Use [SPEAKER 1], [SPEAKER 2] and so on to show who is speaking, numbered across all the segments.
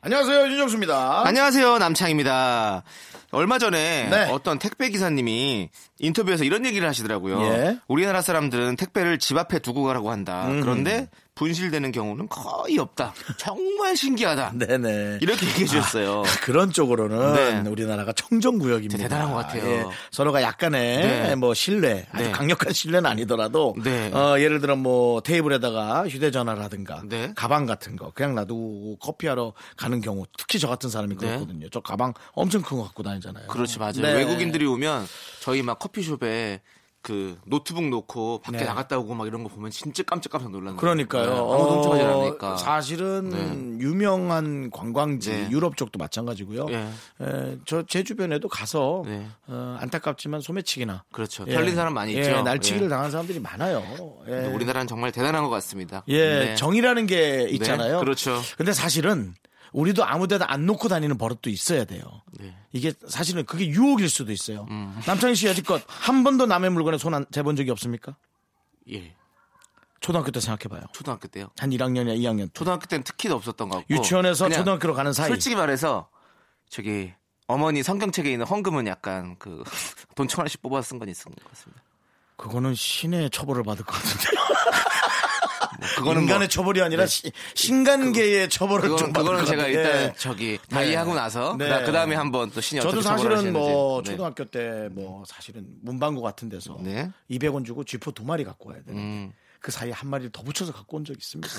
[SPEAKER 1] 안녕하세요 윤정수입니다.
[SPEAKER 2] 안녕하세요 남창입니다. 얼마 전에
[SPEAKER 1] 아. 네.
[SPEAKER 2] 어떤 택배 기사님이 인터뷰에서 이런 얘기를 하시더라고요.
[SPEAKER 1] 예.
[SPEAKER 2] 우리나라 사람들은 택배를 집 앞에 두고 가라고 한다.
[SPEAKER 1] 음.
[SPEAKER 2] 그런데 분실되는 경우는 거의 없다. 정말 신기하다.
[SPEAKER 1] 네네. 아.
[SPEAKER 2] 이렇게 얘기해 주셨어요.
[SPEAKER 1] 그런 쪽으로는
[SPEAKER 2] 네.
[SPEAKER 1] 우리나라가 청정구역입니다. 예,
[SPEAKER 2] 대단한 것 같아요.
[SPEAKER 1] 서로가 약간의
[SPEAKER 2] 네.
[SPEAKER 1] 뭐 신뢰, 아주
[SPEAKER 2] 네.
[SPEAKER 1] 강력한 신뢰는 아니더라도
[SPEAKER 2] 네.
[SPEAKER 1] 어, 예를 들어 뭐 테이블에다가 휴대전화라든가
[SPEAKER 2] 네.
[SPEAKER 1] 가방 같은 거 그냥 놔두고 커피하러 가는 경우 특히 저 같은 사람이 그렇거든요. 저 가방 엄청 큰 거 갖고 다니잖아요.
[SPEAKER 2] 네. 그렇지 맞아요.
[SPEAKER 1] 네.
[SPEAKER 2] 외국인들이 오면 저희 막 커피숍에 그 노트북 놓고 밖에
[SPEAKER 1] 네.
[SPEAKER 2] 나갔다 오고 막 이런 거 보면 진짜 깜짝깜짝 놀랐는데
[SPEAKER 1] 그러니까요.
[SPEAKER 2] 네, 아무도 훔쳐가지
[SPEAKER 1] 어,
[SPEAKER 2] 않으니까
[SPEAKER 1] 사실은
[SPEAKER 2] 네.
[SPEAKER 1] 유명한 관광지
[SPEAKER 2] 네.
[SPEAKER 1] 유럽 쪽도 마찬가지고요.
[SPEAKER 2] 예.
[SPEAKER 1] 저 제 주변에도 가서
[SPEAKER 2] 네.
[SPEAKER 1] 어, 안타깝지만 소매치기나
[SPEAKER 2] 그렇죠.
[SPEAKER 1] 예.
[SPEAKER 2] 털린 사람 많이
[SPEAKER 1] 예,
[SPEAKER 2] 있죠.
[SPEAKER 1] 날치기를
[SPEAKER 2] 예.
[SPEAKER 1] 당한 사람들이 많아요. 예.
[SPEAKER 2] 근데 우리나라는 정말 대단한 것 같습니다.
[SPEAKER 1] 예,
[SPEAKER 2] 네.
[SPEAKER 1] 정이라는 게 있잖아요.
[SPEAKER 2] 네, 그렇죠.
[SPEAKER 1] 근데 사실은 우리도 아무데나 안 놓고 다니는 버릇도 있어야 돼요.
[SPEAKER 2] 네. 음.
[SPEAKER 1] 이게 사실은 그게 유혹일 수도 있어요. 남창희 씨 여지껏 한 번도 남의 물건에 손 대본 적이 없습니까?
[SPEAKER 2] 예.
[SPEAKER 1] 초등학교 때 생각해봐요.
[SPEAKER 2] 초등학교 때요.
[SPEAKER 1] 한 1학년이야 2학년. 때.
[SPEAKER 2] 초등학교 때는 특히도 없었던 것 같고
[SPEAKER 1] 유치원에서
[SPEAKER 2] 그냥
[SPEAKER 1] 초등학교로 가는 사이.
[SPEAKER 2] 솔직히 말해서 저기 어머니 성경책에 있는 헌금은 약간 그 돈 천 원씩 뽑아 쓴 건 있은 것 같습니다.
[SPEAKER 1] 그거는 신의 처벌을 받을 것 같은데.
[SPEAKER 2] 뭐 그거는
[SPEAKER 1] 인간의
[SPEAKER 2] 뭐-
[SPEAKER 1] 처벌이 아니라 시- 신간계의 처벌을
[SPEAKER 2] 그거는,
[SPEAKER 1] 좀 받을
[SPEAKER 2] 그거는
[SPEAKER 1] 것
[SPEAKER 2] 제가
[SPEAKER 1] 같아요.
[SPEAKER 2] 일단
[SPEAKER 1] 예.
[SPEAKER 2] 저기
[SPEAKER 1] 네.
[SPEAKER 2] 다이하고 나서
[SPEAKER 1] 네.
[SPEAKER 2] 그 다음에 한번 또 신이
[SPEAKER 1] 저도
[SPEAKER 2] 어떻게 처벌을
[SPEAKER 1] 사실은 뭐
[SPEAKER 2] 하시는지.
[SPEAKER 1] 초등학교 때 뭐 사실은 문방구 같은 데서
[SPEAKER 2] 네.
[SPEAKER 1] 200원 주고 쥐포 두 마리 갖고 와야 되는데
[SPEAKER 2] 음.
[SPEAKER 1] 그 사이에 한 마리를 더 붙여서 갖고 온 적이 있습니다.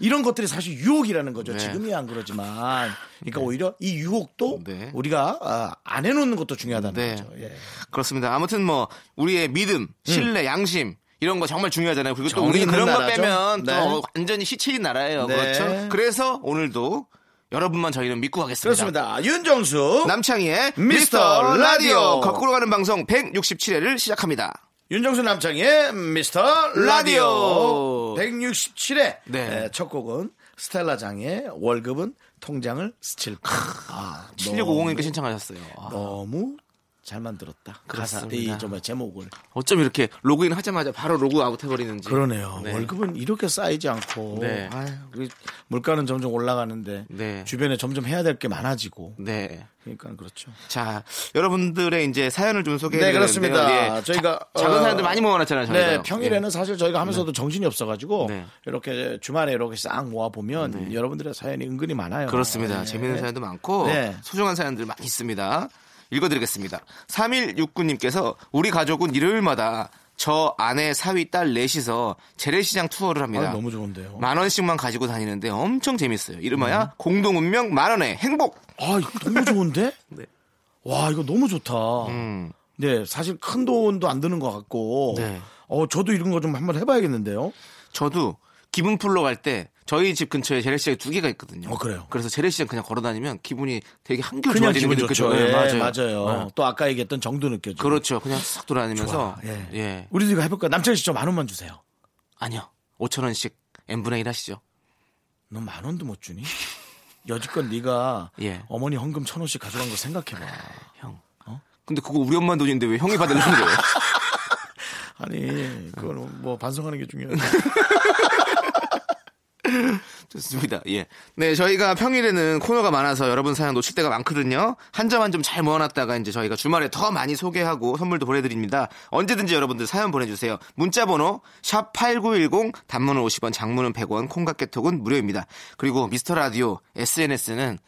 [SPEAKER 1] 이런 것들이 사실 유혹이라는 거죠.
[SPEAKER 2] 네.
[SPEAKER 1] 지금이야 안 그러지만. 그러니까 오히려 이 유혹도
[SPEAKER 2] 네.
[SPEAKER 1] 우리가 아, 안 해놓는 것도 중요하다는
[SPEAKER 2] 네.
[SPEAKER 1] 거죠. 예.
[SPEAKER 2] 그렇습니다. 아무튼 뭐 우리의 믿음, 신뢰, 양심 이런 거 정말 중요하잖아요. 그리고 또
[SPEAKER 1] 정이
[SPEAKER 2] 우리
[SPEAKER 1] 있는
[SPEAKER 2] 그런 거
[SPEAKER 1] 나라죠.
[SPEAKER 2] 빼면
[SPEAKER 1] 네.
[SPEAKER 2] 또 완전히 시체인 나라예요.
[SPEAKER 1] 네.
[SPEAKER 2] 그렇죠. 그래서 오늘도 여러분만 저희는 믿고 가겠습니다.
[SPEAKER 1] 그렇습니다. 윤정수,
[SPEAKER 2] 남창희의
[SPEAKER 1] 미스터
[SPEAKER 2] 미스터
[SPEAKER 1] 라디오.
[SPEAKER 2] 라디오 거꾸로 가는 방송 167회를 시작합니다.
[SPEAKER 1] 윤정수 남창의 미스터 라디오
[SPEAKER 2] 라디오.
[SPEAKER 1] 167회
[SPEAKER 2] 네.
[SPEAKER 1] 첫 곡은 스텔라장의 월급은 통장을 스칠 것. 아,
[SPEAKER 2] 7650님께 신청하셨어요. 아,
[SPEAKER 1] 너무 잘 만들었다. 가사
[SPEAKER 2] 그렇습니다. 네.
[SPEAKER 1] 이좀 제목을
[SPEAKER 2] 어쩜 이렇게 로그인 하자마자 바로 로그 아웃 해버리는지.
[SPEAKER 1] 그러네요.
[SPEAKER 2] 네.
[SPEAKER 1] 월급은 이렇게 쌓이지 않고
[SPEAKER 2] 네.
[SPEAKER 1] 아유, 그 물가는 점점 올라가는데
[SPEAKER 2] 네.
[SPEAKER 1] 주변에 점점 해야 될 게 많아지고
[SPEAKER 2] 네.
[SPEAKER 1] 그러니까 그렇죠.
[SPEAKER 2] 자, 여러분들의 이제 사연을 좀 소개해
[SPEAKER 1] 네,
[SPEAKER 2] 드렸는데요.
[SPEAKER 1] 그렇습니다.
[SPEAKER 2] 예.
[SPEAKER 1] 저희가,
[SPEAKER 2] 자, 작은
[SPEAKER 1] 어,
[SPEAKER 2] 사연들 많이 모아놨잖아요. 저희가.
[SPEAKER 1] 네, 평일에는 사실 저희가 하면서도 정신이 없어가지고
[SPEAKER 2] 네.
[SPEAKER 1] 이렇게 주말에 이렇게 싹 모아 보면 여러분들의 사연이 은근히 많아요.
[SPEAKER 2] 예, 그렇습니다.
[SPEAKER 1] 네.
[SPEAKER 2] 재밌는 사연도 많고
[SPEAKER 1] 네.
[SPEAKER 2] 소중한 사연들 많이 있습니다. 읽어드리겠습니다. 3169님께서 우리 가족은 일요일마다 저 아내 사위 딸 넷이서 재래시장 투어를
[SPEAKER 1] 아,
[SPEAKER 2] 합니다.
[SPEAKER 1] 너무 좋은데요.
[SPEAKER 2] 만 원씩만 가지고 다니는데 엄청 재밌어요. 이름하야
[SPEAKER 1] 네.
[SPEAKER 2] 공동 운명 만 원의 행복.
[SPEAKER 1] 아, 이거 너무 좋은데?
[SPEAKER 2] 네.
[SPEAKER 1] 와, 이거 너무 좋다.
[SPEAKER 2] 음.
[SPEAKER 1] 네, 사실 큰 돈도 안 드는 것 같고.
[SPEAKER 2] 네.
[SPEAKER 1] 어, 저도 이런 거 좀 한번 해봐야겠는데요.
[SPEAKER 2] 저도 기분 풀러 갈 때 저희 집 근처에 재래시장이 두 개가 있거든요.
[SPEAKER 1] 어, 그래요?
[SPEAKER 2] 그래서 재래시장 그냥 걸어 다니면 기분이 되게 한결
[SPEAKER 1] 그냥
[SPEAKER 2] 좋아지는
[SPEAKER 1] 기분
[SPEAKER 2] 게
[SPEAKER 1] 좋죠.
[SPEAKER 2] 느껴져요.
[SPEAKER 1] 예,
[SPEAKER 2] 네,
[SPEAKER 1] 맞아요.
[SPEAKER 2] 네.
[SPEAKER 1] 또 아까 얘기했던 정도 느껴지고.
[SPEAKER 2] 그렇죠. 그냥 싹 돌아다니면서
[SPEAKER 1] 좋아. 예.
[SPEAKER 2] 예.
[SPEAKER 1] 우리도 이거 해볼까? 남창희 씨저 만 원만 주세요.
[SPEAKER 2] 아니요. 5천 원씩 n분의 1 하시죠.
[SPEAKER 1] 너 만 원도 못 주니? 여지껏 네가
[SPEAKER 2] 예.
[SPEAKER 1] 어머니 헌금 천 원씩 가져간 거 생각해봐.
[SPEAKER 2] 형.
[SPEAKER 1] 어?
[SPEAKER 2] 근데 그거 우리 엄마 돈인데 왜 형이 받으려는 거예요?
[SPEAKER 1] 아니, 그건 뭐 반성하는 게 중요해.
[SPEAKER 2] 좋습니다. 예. 네, 저희가 평일에는 코너가 많아서 여러분 사연 놓칠 때가 많거든요. 한 자만 좀 잘 모아놨다가 이제 저희가 주말에 더 많이 소개하고 선물도 보내드립니다. 언제든지 여러분들 사연 보내주세요. 문자번호 샵8910 단문은 50원, 장문은 100원, 콩깍개톡은 무료입니다. 그리고 미스터 라디오 SNS는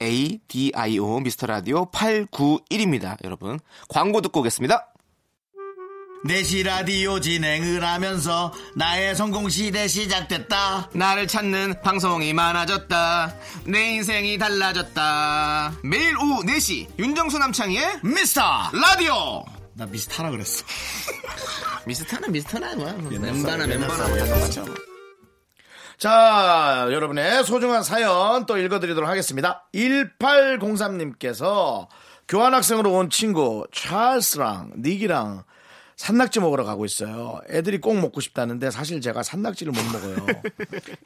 [SPEAKER 2] MRRADIO 미스터 라디오 891입니다. 여러분 광고 듣고 오겠습니다.
[SPEAKER 1] 4시 라디오 진행을 하면서 나의 성공 시대 시작됐다.
[SPEAKER 2] 나를 찾는 방송이 많아졌다. 내 인생이 달라졌다. 매일 오후 4시 윤정수 남창희의
[SPEAKER 1] 미스터!
[SPEAKER 2] 라디오.
[SPEAKER 1] 나 미스터라 그랬어.
[SPEAKER 2] 뭐. 미스터는 미스터나 뭐야.
[SPEAKER 1] 멤버나 멤버나. 자, 여러분의 소중한 사연 또 읽어드리도록 하겠습니다. 1803님께서 교환학생으로 온 친구 찰스랑 닉이랑 산낙지 먹으러 가고 있어요. 애들이 꼭 먹고 싶다는데 사실 제가 산낙지를 못 먹어요.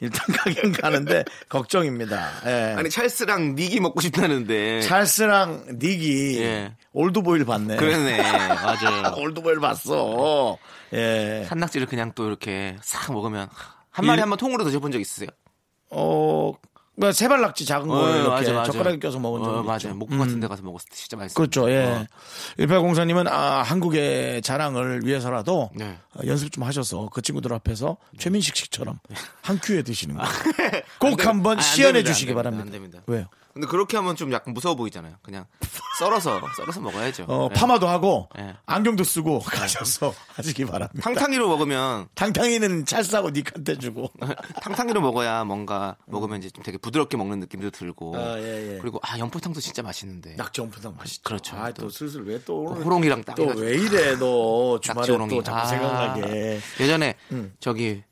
[SPEAKER 1] 일단 가긴 가는데 걱정입니다. 예.
[SPEAKER 2] 아니 찰스랑 닉이 먹고 싶다는데.
[SPEAKER 1] 찰스랑 닉이
[SPEAKER 2] 예.
[SPEAKER 1] 올드보이를 봤네.
[SPEAKER 2] 그러네. 맞아요.
[SPEAKER 1] 올드보이를 봤어. 예.
[SPEAKER 2] 산낙지를 그냥 또 이렇게 싹 먹으면 한 마리
[SPEAKER 1] 일-
[SPEAKER 2] 한 번 통으로 드셔본 적 있으세요?
[SPEAKER 1] 어, 뭐 세발낙지 작은 거
[SPEAKER 2] 어,
[SPEAKER 1] 이렇게
[SPEAKER 2] 맞아, 맞아.
[SPEAKER 1] 젓가락에 껴서 먹은 적
[SPEAKER 2] 어,
[SPEAKER 1] 어,
[SPEAKER 2] 맞아요. 목포 같은 데 가서 먹었을 때 진짜 맛있어요.
[SPEAKER 1] 그렇죠. 예. 1804님은 아, 한국의 자랑을 위해서라도
[SPEAKER 2] 네.
[SPEAKER 1] 어, 연습 좀 하셔서 그 친구들 앞에서 최민식 씨처럼 한 큐에 드시는 거. 꼭
[SPEAKER 2] 네. 아, 안
[SPEAKER 1] 한번
[SPEAKER 2] 됩니다.
[SPEAKER 1] 시연해
[SPEAKER 2] 안 됩니다.
[SPEAKER 1] 주시기
[SPEAKER 2] 안 됩니다.
[SPEAKER 1] 바랍니다.
[SPEAKER 2] 안 됩니다.
[SPEAKER 1] 왜요?
[SPEAKER 2] 근데 그렇게 하면 좀 약간 무서워 보이잖아요. 그냥 썰어서 썰어서 먹어야죠.
[SPEAKER 1] 어,
[SPEAKER 2] 네.
[SPEAKER 1] 파마도 하고
[SPEAKER 2] 네.
[SPEAKER 1] 안경도 쓰고 가셔서 하시기 바랍니다.
[SPEAKER 2] 탕탕이로 먹으면
[SPEAKER 1] 탕탕이는 찰싸고 닉한테 주고.
[SPEAKER 2] 탕탕이로 먹어야 뭔가 먹으면 이제 좀 되게 부드럽게 먹는 느낌도 들고.
[SPEAKER 1] 음. 아, 예, 예.
[SPEAKER 2] 그리고 아 연포탕도 진짜 맛있는데.
[SPEAKER 1] 낙지 엄청 맛있죠.
[SPEAKER 2] 그렇죠.
[SPEAKER 1] 아, 또 슬슬 왜 또 오늘
[SPEAKER 2] 호롱이랑 딱
[SPEAKER 1] 또
[SPEAKER 2] 해가지고. 아,
[SPEAKER 1] 왜 이래 너
[SPEAKER 2] 낙지
[SPEAKER 1] 주말에
[SPEAKER 2] 호롱이.
[SPEAKER 1] 또 자꾸
[SPEAKER 2] 아.
[SPEAKER 1] 생각나게. 음.
[SPEAKER 2] 예전에 저기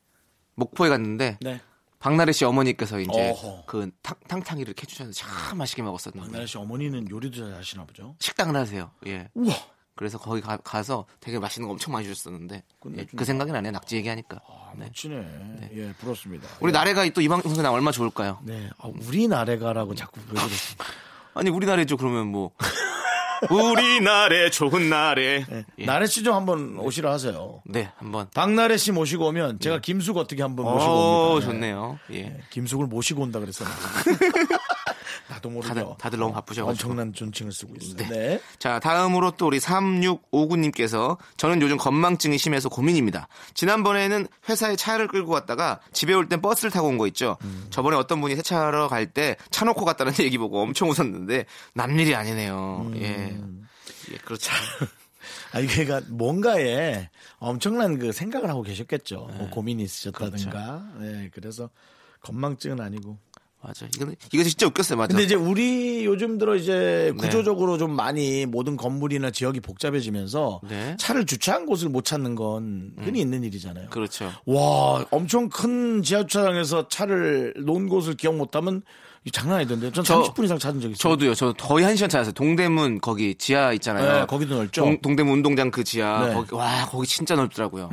[SPEAKER 2] 목포에 갔는데
[SPEAKER 1] 네.
[SPEAKER 2] 박나래 씨 어머니께서 이제
[SPEAKER 1] 어허. 음.
[SPEAKER 2] 그 탕, 탕탕이를 이렇게 해주셔서 참 맛있게 먹었었는데
[SPEAKER 1] 박나래 씨 어머니는 요리도 잘 하시나 보죠.
[SPEAKER 2] 식당을 하세요. 예.
[SPEAKER 1] 우와.
[SPEAKER 2] 그래서 거기 가, 가서 되게 맛있는 거 엄청 많이 주셨었는데 예,
[SPEAKER 1] 끝내준다.
[SPEAKER 2] 그 생각이 나네 낙지 얘기하니까.
[SPEAKER 1] 아,
[SPEAKER 2] 네.
[SPEAKER 1] 멋지네. 예, 부럽습니다.
[SPEAKER 2] 우리 나래가 또 이 방송에 나면 얼마 나 좋을까요?
[SPEAKER 1] 네, 아, 우리 나래가라고 자꾸 왜 그러십니까?
[SPEAKER 2] 음. 아니 우리나라죠 그러면 뭐 우리나라 좋은 나래. 예.
[SPEAKER 1] 나래 씨 좀 한번 오시라 하세요.
[SPEAKER 2] 네 한번.
[SPEAKER 1] 박나래 씨 모시고 오면 제가 김숙 어떻게 한번 모시고
[SPEAKER 2] 오
[SPEAKER 1] 옵니다.
[SPEAKER 2] 네. 좋네요. 예.
[SPEAKER 1] 네, 김숙을 모시고 온다 그랬어. 나도 모르죠.
[SPEAKER 2] 다들 다들 너무 바쁘셔 가지고.
[SPEAKER 1] 엄청난 존칭을 쓰고 있어요. 네.
[SPEAKER 2] 네. 자, 다음으로 또 우리 3659님께서 저는 요즘 건망증이 심해서 고민입니다. 지난번에는 회사에 차를 끌고 왔다가 집에 올 땐 버스를 타고 온 거 있죠. 저번에 어떤 분이 세차하러 갈 때 차 놓고 갔다는 얘기 보고 엄청 웃었는데 남일이 아니네요. 예. 예, 그렇죠.
[SPEAKER 1] 아, 이게 그러니까 뭔가에 엄청난 그 생각을 하고 계셨겠죠.
[SPEAKER 2] 네.
[SPEAKER 1] 뭐 고민이 있으셨다든가.
[SPEAKER 2] 그렇죠.
[SPEAKER 1] 네, 그래서 건망증은 아니고.
[SPEAKER 2] 맞아. 이건 이거 진짜 웃겼어요. 맞아.
[SPEAKER 1] 근데 이제 우리 요즘 들어 이제
[SPEAKER 2] 네.
[SPEAKER 1] 구조적으로 좀 많이 모든 건물이나 지역이 복잡해지면서
[SPEAKER 2] 네. 음.
[SPEAKER 1] 차를 주차한 곳을 못 찾는 건 흔히 있는 일이잖아요.
[SPEAKER 2] 그렇죠.
[SPEAKER 1] 와, 엄청 큰 지하주차장에서 차를 놓은 곳을 기억 못하면 이거 장난 아니던데요. 전
[SPEAKER 2] 저-
[SPEAKER 1] 30분 이상 찾은 적 있어요.
[SPEAKER 2] 저도요. 저 거의 한 시간 찾았어요. 동대문 거기 지하 있잖아요.
[SPEAKER 1] 네, 거기도 넓죠?
[SPEAKER 2] 동, 대문 운동장 그 지하.
[SPEAKER 1] 네. 음.
[SPEAKER 2] 거기, 와 거기 진짜 넓더라고요. 와,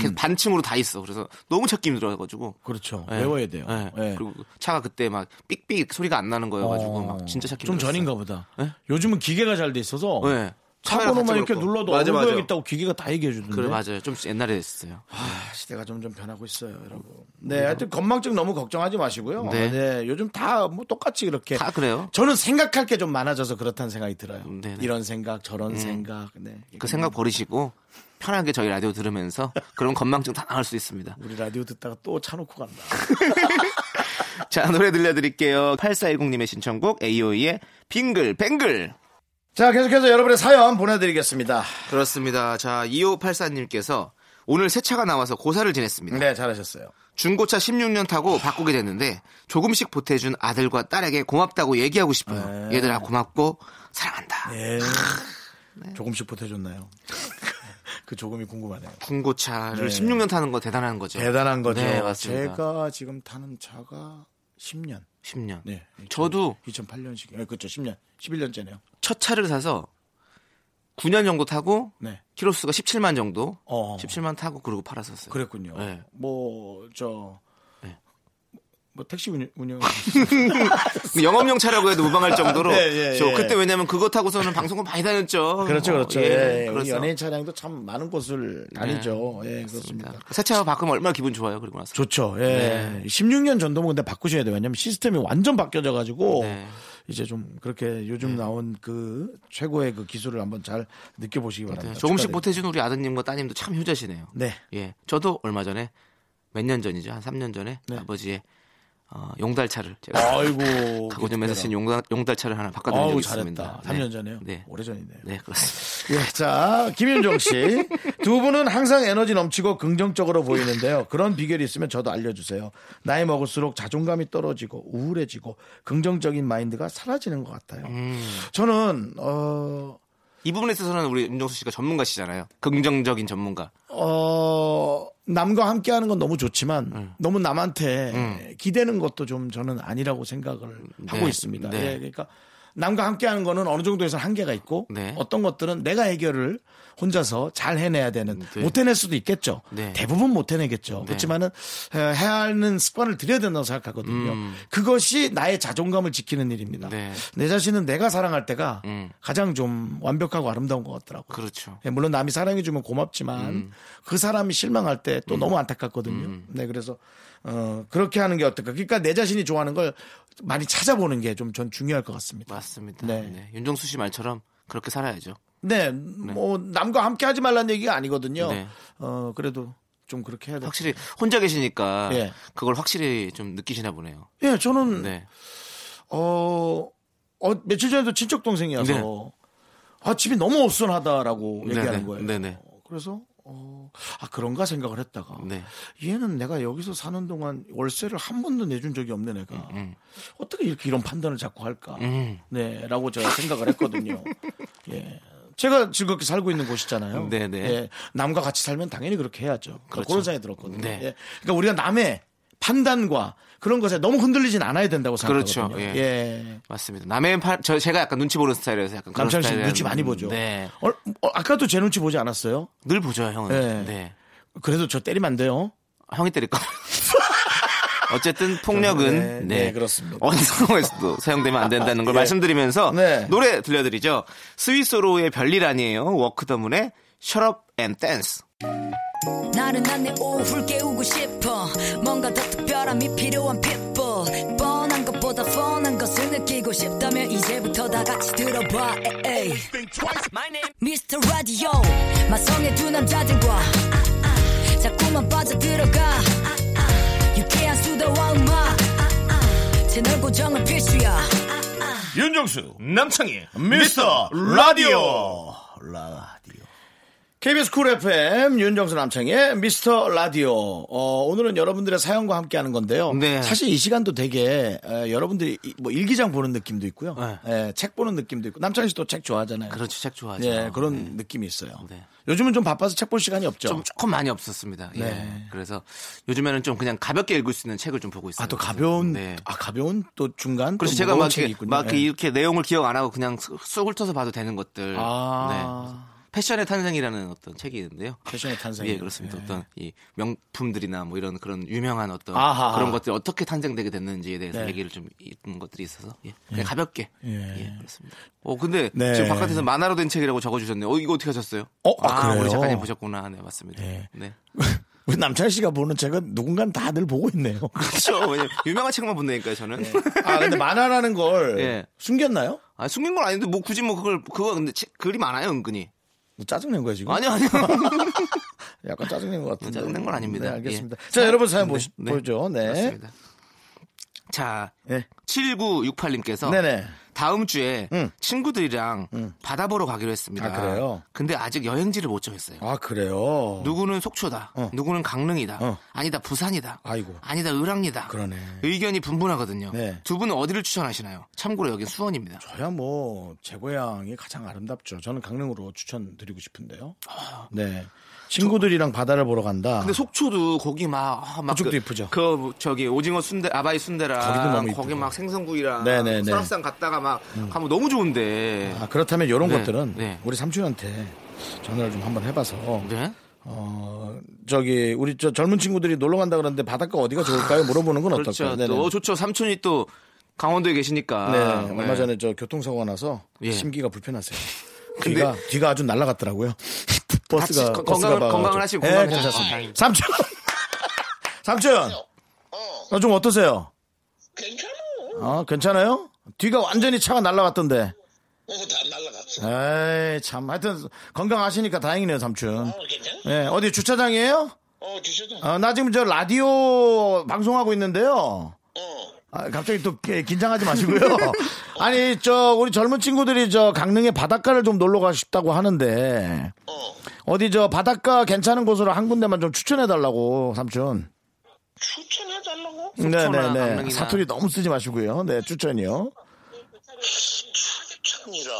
[SPEAKER 2] 계속 반층으로 다 있어. 그래서 너무 찾기 힘들어가지고.
[SPEAKER 1] 그렇죠.
[SPEAKER 2] 예.
[SPEAKER 1] 외워야 돼요.
[SPEAKER 2] 예.
[SPEAKER 1] 예.
[SPEAKER 2] 그리고 차가 그때 막 삑삑 소리가 안 나는 거여가지고 막 진짜 찾기
[SPEAKER 1] 어. 좀
[SPEAKER 2] 힘들었어요.
[SPEAKER 1] 전인가 보다. 요즘은 기계가 잘 돼 있어서
[SPEAKER 2] 네.
[SPEAKER 1] 차번호만
[SPEAKER 2] 카메라
[SPEAKER 1] 이렇게
[SPEAKER 2] 같이
[SPEAKER 1] 눌러도
[SPEAKER 2] 맞아,
[SPEAKER 1] 어느
[SPEAKER 2] 맞아.
[SPEAKER 1] 구역 있다고 기계가 다 얘기해 주던데.
[SPEAKER 2] 그래 맞아요. 좀 옛날에 됐어요.
[SPEAKER 1] 아, 시대가 점점 변하고 있어요, 여러분. 네, 하여튼 건망증 너무 걱정하지 마시고요. 네,
[SPEAKER 2] 네.
[SPEAKER 1] 요즘 다 뭐 똑같이 그렇게
[SPEAKER 2] 다 그래요.
[SPEAKER 1] 저는 생각할 게 좀 많아져서 그렇다는 생각이 들어요.
[SPEAKER 2] 네네. 음.
[SPEAKER 1] 이런 생각, 저런 생각. 네.
[SPEAKER 2] 그 생각 버리시고 편하게 저희 라디오 들으면서 그런 건망증 다 나을 수 있습니다.
[SPEAKER 1] 우리 라디오 듣다가 또 차 놓고 간다.
[SPEAKER 2] 자 노래 들려드릴게요. 8410님의 신청곡 AOE의 빙글 뱅글.
[SPEAKER 1] 자, 계속해서 여러분의 사연 보내드리겠습니다.
[SPEAKER 2] 그렇습니다. 자 2584님께서 오늘 새 차가 나와서 고사를 지냈습니다.
[SPEAKER 1] 네, 잘하셨어요.
[SPEAKER 2] 중고차 16년 타고 바꾸게 됐는데 조금씩 보태준 아들과 딸에게 고맙다고 얘기하고 싶어요.
[SPEAKER 1] 네.
[SPEAKER 2] 얘들아 고맙고 사랑한다.
[SPEAKER 1] 예. 조금씩 보태줬나요? 그 조금이 궁금하네요.
[SPEAKER 2] 중고차를
[SPEAKER 1] 네.
[SPEAKER 2] 16년 타는 거 대단한 거죠.
[SPEAKER 1] 대단한 거죠.
[SPEAKER 2] 네, 맞습니다.
[SPEAKER 1] 제가 지금 타는 차가 10년.
[SPEAKER 2] 10년.
[SPEAKER 1] 네.
[SPEAKER 2] 저도
[SPEAKER 1] 2008년식. 예, 그렇죠. 10년. 11년째네요.
[SPEAKER 2] 첫 차를 사서 9년 정도 타고
[SPEAKER 1] 네.
[SPEAKER 2] 키로수가 17만 정도.
[SPEAKER 1] 어.
[SPEAKER 2] 17만 타고 그러고 팔았었어요.
[SPEAKER 1] 그랬군요.
[SPEAKER 2] 네.
[SPEAKER 1] 뭐, 저,
[SPEAKER 2] 네.
[SPEAKER 1] 뭐, 택시 운영, 운영.
[SPEAKER 2] 근데 영업용 차라고 해도 무방할 정도로.
[SPEAKER 1] 네, 예,
[SPEAKER 2] 저
[SPEAKER 1] 예.
[SPEAKER 2] 그때 왜냐면 그거 타고서는 방송국 많이 다녔죠. 네,
[SPEAKER 1] 그렇죠, 그렇죠.
[SPEAKER 2] 어,
[SPEAKER 1] 예, 우리
[SPEAKER 2] 그래서
[SPEAKER 1] 연예인 차량도 참 많은 곳을 다니죠. 예,
[SPEAKER 2] 그렇습니다.
[SPEAKER 1] 그렇습니다.
[SPEAKER 2] 새 차가 바꾸면 얼마나 기분 좋아요. 그리고 나서.
[SPEAKER 1] 좋죠. 예.
[SPEAKER 2] 네.
[SPEAKER 1] 16년 전도 뭐 근데 바꾸셔야 돼요. 왜냐면 시스템이 완전 바뀌어져 가지고
[SPEAKER 2] 네.
[SPEAKER 1] 이제 좀 그렇게 요즘 나온 그 최고의 그 기술을 한번 잘 느껴보시기 바랍니다.
[SPEAKER 2] 네, 조금씩
[SPEAKER 1] 축하드립니다.
[SPEAKER 2] 보태준 우리 아드님과 따님도 참 효자시네요.
[SPEAKER 1] 네.
[SPEAKER 2] 예. 저도 얼마 전에 몇 년 전이죠. 한 3년 전에 아버지의 어, 용달차를 제가
[SPEAKER 1] 네. 아이고.
[SPEAKER 2] 가구점에서 신 용달, 용달차를 하나 바꿔드린
[SPEAKER 1] 아우
[SPEAKER 2] 적이 있습니다.
[SPEAKER 1] 잘했다.
[SPEAKER 2] 네.
[SPEAKER 1] 3년 전에요.
[SPEAKER 2] 네.
[SPEAKER 1] 오래전이네요.
[SPEAKER 2] 네, 그렇습니다.
[SPEAKER 1] 예, 자, 김윤정 씨. 두 분은 항상 에너지 넘치고 긍정적으로 보이는데요. 그런 비결이 있으면 저도 알려주세요. 나이 먹을수록 자존감이 떨어지고 우울해지고 긍정적인 마인드가 사라지는 것 같아요.
[SPEAKER 2] 음.
[SPEAKER 1] 저는, 어,
[SPEAKER 2] 이 부분에 있어서는 우리 윤정수 씨가 전문가시잖아요. 긍정적인 전문가.
[SPEAKER 1] 어, 남과 함께 하는 건 너무 좋지만
[SPEAKER 2] 음.
[SPEAKER 1] 너무 남한테 기대는 것도 좀 저는 아니라고 생각을 하고
[SPEAKER 2] 네.
[SPEAKER 1] 있습니다.
[SPEAKER 2] 네.
[SPEAKER 1] 예, 그러니까 남과 함께 하는 거는 어느 정도에서 한계가 있고
[SPEAKER 2] 네.
[SPEAKER 1] 어떤 것들은 내가 해결을 혼자서 잘 해내야 되는
[SPEAKER 2] 네.
[SPEAKER 1] 못 해낼 수도 있겠죠.
[SPEAKER 2] 네.
[SPEAKER 1] 대부분 못 해내겠죠. 그렇지만은 에, 해야 하는 습관을 들여야 된다고 생각하거든요. 그것이 나의 자존감을 지키는 일입니다.
[SPEAKER 2] 음. 네.
[SPEAKER 1] 내 자신은 내가 사랑할 때가
[SPEAKER 2] 음.
[SPEAKER 1] 가장 좀 완벽하고 아름다운 것 같더라고요.
[SPEAKER 2] 그렇죠.
[SPEAKER 1] 예, 물론 남이 사랑해주면 고맙지만
[SPEAKER 2] 음.
[SPEAKER 1] 그 사람이 실망할 때 또 너무 안타깝거든요. 네, 그래서 어, 그렇게 하는 게 어떨까. 그러니까 내 자신이 좋아하는 걸 많이 찾아보는 게 좀 전 중요할 것 같습니다.
[SPEAKER 2] 맞습니다.
[SPEAKER 1] 네.
[SPEAKER 2] 네. 윤정수 씨 말처럼 그렇게 살아야죠.
[SPEAKER 1] 네, 뭐 남과 함께 하지 말라는 얘기가 아니거든요.
[SPEAKER 2] 네.
[SPEAKER 1] 어, 그래도 좀 그렇게 해야 돼.
[SPEAKER 2] 확실히 혼자 계시니까
[SPEAKER 1] 예.
[SPEAKER 2] 그걸 확실히 좀 느끼시나 보네요.
[SPEAKER 1] 예, 저는
[SPEAKER 2] 네.
[SPEAKER 1] 어, 어, 며칠 전에도 친척 동생이어서
[SPEAKER 2] 네.
[SPEAKER 1] 아 집이 너무 어수선하다라고 얘기하는
[SPEAKER 2] 네네.
[SPEAKER 1] 거예요.
[SPEAKER 2] 네네.
[SPEAKER 1] 그래서 어, 아 그런가 생각을 했다가
[SPEAKER 2] 네.
[SPEAKER 1] 얘는 내가 여기서 사는 동안 월세를 한 번도 내준 적이 없는 애가 어떻게 이렇게 이런 판단을 자꾸 할까?
[SPEAKER 2] 음.
[SPEAKER 1] 네라고 제가 생각을 했거든요. 예. 제가 즐겁게 살고 있는 곳이잖아요.
[SPEAKER 2] 네네.
[SPEAKER 1] 예, 남과 같이 살면 당연히 그렇게 해야죠. 그런
[SPEAKER 2] 그렇죠.
[SPEAKER 1] 그런 생각이 들었거든요.
[SPEAKER 2] 네.
[SPEAKER 1] 예. 그러니까 우리가 남의 판단과 그런 것에 너무 흔들리진 않아야 된다고
[SPEAKER 2] 그렇죠.
[SPEAKER 1] 생각하거든요.
[SPEAKER 2] 예.
[SPEAKER 1] 예.
[SPEAKER 2] 맞습니다. 남의 팔, 저, 제가 약간 눈치 보는 스타일이라서 약간 그런
[SPEAKER 1] 남창희 씨
[SPEAKER 2] 스타일이라는-
[SPEAKER 1] 눈치 많이 보죠.
[SPEAKER 2] 네.
[SPEAKER 1] 어, 어, 아까도 제 눈치 보지 않았어요?
[SPEAKER 2] 늘 보죠,
[SPEAKER 1] 네.
[SPEAKER 2] 형은. 네.
[SPEAKER 1] 그래도 저 때리면 안 돼요.
[SPEAKER 2] 형이 때릴 거. 어쨌든 폭력은
[SPEAKER 1] 네, 네, 그렇습니다.
[SPEAKER 2] 어느 상황에서도 사용되면 안 된다는 걸
[SPEAKER 1] 예.
[SPEAKER 2] 말씀드리면서
[SPEAKER 1] 네.
[SPEAKER 2] 노래 들려드리죠. 스위스로의 별일 아니에요. 워크더문의 Shut Up and Dance.
[SPEAKER 3] 나른한 내 오후를 깨우고 싶어 뭔가 더 특별함이 필요한 people 뻔한 것보다 뻔한 것을 느끼고 싶다면 이제부터 다 같이 들어봐 에이. Mr. Radio 마성의 두 남자들과 자꾸만 빠져들어가 유쾌한 수다와 음악 채널 고정은 필수야
[SPEAKER 4] 윤정수 남창희
[SPEAKER 1] 미스터 라디오. 라디오. KBS 쿨 FM 윤정수 남창의 미스터 라디오. 어, 오늘은 여러분들의 사연과 함께 하는 건데요.
[SPEAKER 2] 네.
[SPEAKER 1] 사실 이 시간도 되게 에, 여러분들이 이- 뭐 일기장 보는 느낌도 있고요. 에, 책 보는 느낌도 있고. 남창희 씨도 책 좋아하잖아요.
[SPEAKER 2] 네. 그렇죠. 책 좋아하죠.
[SPEAKER 1] 예, 그런 느낌이 있어요.
[SPEAKER 2] 네.
[SPEAKER 1] 요즘은 좀 바빠서 책 볼 시간이 없죠.
[SPEAKER 2] 좀 조금 많이 없었습니다. 예.
[SPEAKER 1] 네.
[SPEAKER 2] 그래서 요즘에는 좀 그냥 가볍게 읽을 수 있는 책을 좀 보고 있어요.
[SPEAKER 1] 아, 또 가벼운,
[SPEAKER 2] 네.
[SPEAKER 1] 아, 가벼운 또 중간.
[SPEAKER 2] 그래서
[SPEAKER 1] 또
[SPEAKER 2] 제가
[SPEAKER 1] 무거운
[SPEAKER 2] 막,
[SPEAKER 1] 책이
[SPEAKER 2] 이렇게,
[SPEAKER 1] 있군요.
[SPEAKER 2] 막
[SPEAKER 1] 예.
[SPEAKER 2] 이렇게 내용을 기억 안 하고 그냥 쑥- 쑥 훑어서 봐도 되는 것들.
[SPEAKER 1] 아.
[SPEAKER 2] 네. 패션의 탄생이라는 어떤 책이 있는데요.
[SPEAKER 1] 패션의 탄생.
[SPEAKER 2] 예, 그렇습니다. 어떤 이 명품들이나 뭐 이런 그런 유명한 어떤
[SPEAKER 1] 아하.
[SPEAKER 2] 그런 것들이 어떻게 탄생되게 됐는지에 대해서
[SPEAKER 1] 네.
[SPEAKER 2] 얘기를 좀 있는 것들이 있어서 예. 그냥 가볍게.
[SPEAKER 1] 예.
[SPEAKER 2] 예. 그렇습니다. 어, 근데
[SPEAKER 1] 네.
[SPEAKER 2] 지금 바깥에서 만화로 된 책이라고 적어 주셨네요. 어, 이거 어떻게 하셨어요?
[SPEAKER 1] 어, 아, 그래요?
[SPEAKER 2] 우리 작가님 보셨구나. 네, 맞습니다.
[SPEAKER 1] 예.
[SPEAKER 2] 네.
[SPEAKER 1] 우리 남창희 씨가 보는 책은 누군가는 다들 보고 있네요.
[SPEAKER 2] 그렇죠. 왜냐면 유명한 책만 본다니까요, 저는.
[SPEAKER 1] 아, 근데 만화라는 걸
[SPEAKER 2] 예.
[SPEAKER 1] 숨겼나요?
[SPEAKER 2] 아, 숨긴 건 아닌데 뭐 굳이 뭐 그걸 그거 근데 책, 글이 많아요, 은근히.
[SPEAKER 1] 뭐 짜증낸 거야, 지금?
[SPEAKER 2] 아니요, 아니요.
[SPEAKER 1] 약간 짜증낸 것 같은데.
[SPEAKER 2] 짜증낸 건 아닙니다. 예.
[SPEAKER 1] 네, 알겠습니다. 자, 여러분 사연 보시, 보죠. 네.
[SPEAKER 2] 그렇습니다. 자,
[SPEAKER 1] 네.
[SPEAKER 2] 7968님께서
[SPEAKER 1] 네네.
[SPEAKER 2] 다음 주에
[SPEAKER 1] 응.
[SPEAKER 2] 친구들이랑 바다 보러 가기로 했습니다.
[SPEAKER 1] 아, 그래요?
[SPEAKER 2] 근데 아직 여행지를 못 정했어요.
[SPEAKER 1] 아, 그래요?
[SPEAKER 2] 누구는 속초다,
[SPEAKER 1] 어.
[SPEAKER 2] 누구는 강릉이다,
[SPEAKER 1] 어.
[SPEAKER 2] 아니다 부산이다,
[SPEAKER 1] 아이고.
[SPEAKER 2] 니다 을왕이다.
[SPEAKER 1] 그러네.
[SPEAKER 2] 의견이 분분하거든요.
[SPEAKER 1] 네.
[SPEAKER 2] 두 분은 어디를 추천하시나요? 참고로 여긴 수원입니다.
[SPEAKER 1] 저야 뭐, 제 고향이 가장 아름답죠. 저는 강릉으로 추천드리고 싶은데요. 네. 친구들이랑 바다를 보러 간다.
[SPEAKER 2] 근데 속초도 거기 막, 아, 막
[SPEAKER 1] 그쪽도
[SPEAKER 2] 그-
[SPEAKER 1] 이쁘죠.
[SPEAKER 2] 그 저기 오징어 순대, 아바이 순대랑
[SPEAKER 1] 거기도 너무
[SPEAKER 2] 거기
[SPEAKER 1] 이쁘고.
[SPEAKER 2] 막 생선구이랑
[SPEAKER 1] 네네네. 음.
[SPEAKER 2] 설악산 갔다가 막 가면 너무 좋은데.
[SPEAKER 1] 아, 그렇다면 이런
[SPEAKER 2] 네,
[SPEAKER 1] 것들은
[SPEAKER 2] 네.
[SPEAKER 1] 우리 삼촌한테 전화를 좀 한번 해봐서
[SPEAKER 2] 네?
[SPEAKER 1] 어 저기 우리 저 젊은 친구들이 놀러 간다 그러는데 바닷가 어디가 좋을까요? 물어보는 건 어떨까요?
[SPEAKER 2] 그렇죠.
[SPEAKER 1] 네네.
[SPEAKER 2] 또 좋죠. 삼촌이 또 강원도에 계시니까.
[SPEAKER 1] 네, 얼마 전에 저 교통사고 나서
[SPEAKER 2] 아, 예.
[SPEAKER 1] 심기가 불편하세요.
[SPEAKER 2] 근데-
[SPEAKER 1] 뒤가 뒤가 아주 날아갔더라고요. 버스가
[SPEAKER 2] 건-
[SPEAKER 1] 버스가
[SPEAKER 2] 건강을-
[SPEAKER 1] 봐가지고.
[SPEAKER 2] 건강을 하시고 아,
[SPEAKER 1] 예,
[SPEAKER 2] 건강을
[SPEAKER 1] 괜찮습니다.
[SPEAKER 2] 하시고.
[SPEAKER 1] 삼촌, 삼촌,
[SPEAKER 5] 어,
[SPEAKER 1] 어, 좀 어떠세요?
[SPEAKER 5] 괜찮아.
[SPEAKER 1] 어, 괜찮아요? 뒤가 완전히 차가 날아갔던데.
[SPEAKER 5] 어, 다 날라갔어.
[SPEAKER 1] 에이 참, 하여튼 건강하시니까 다행이네요, 삼촌.
[SPEAKER 5] 어, 괜찮아?
[SPEAKER 1] 예, 어디 주차장이에요?
[SPEAKER 5] 어, 주셔도.
[SPEAKER 1] 어, 나 지금 저 라디오 방송하고 있는데요.
[SPEAKER 5] 어,
[SPEAKER 1] 아, 갑자기 또 기- 긴장하지 마시고요. 아니, 저 우리 젊은 친구들이 저 강릉의 바닷가를 좀 놀러 가고 싶다고 하는데
[SPEAKER 5] 어.
[SPEAKER 1] 어디 저 바닷가 괜찮은 곳으로 한 군데만 좀 추천해 달라고 삼촌.
[SPEAKER 5] 추천해달라고?
[SPEAKER 1] 네, 네, 네.
[SPEAKER 2] 강릉이나.
[SPEAKER 1] 사투리 너무 쓰지 마시고요. 네, 추천이요.
[SPEAKER 5] 추천이라.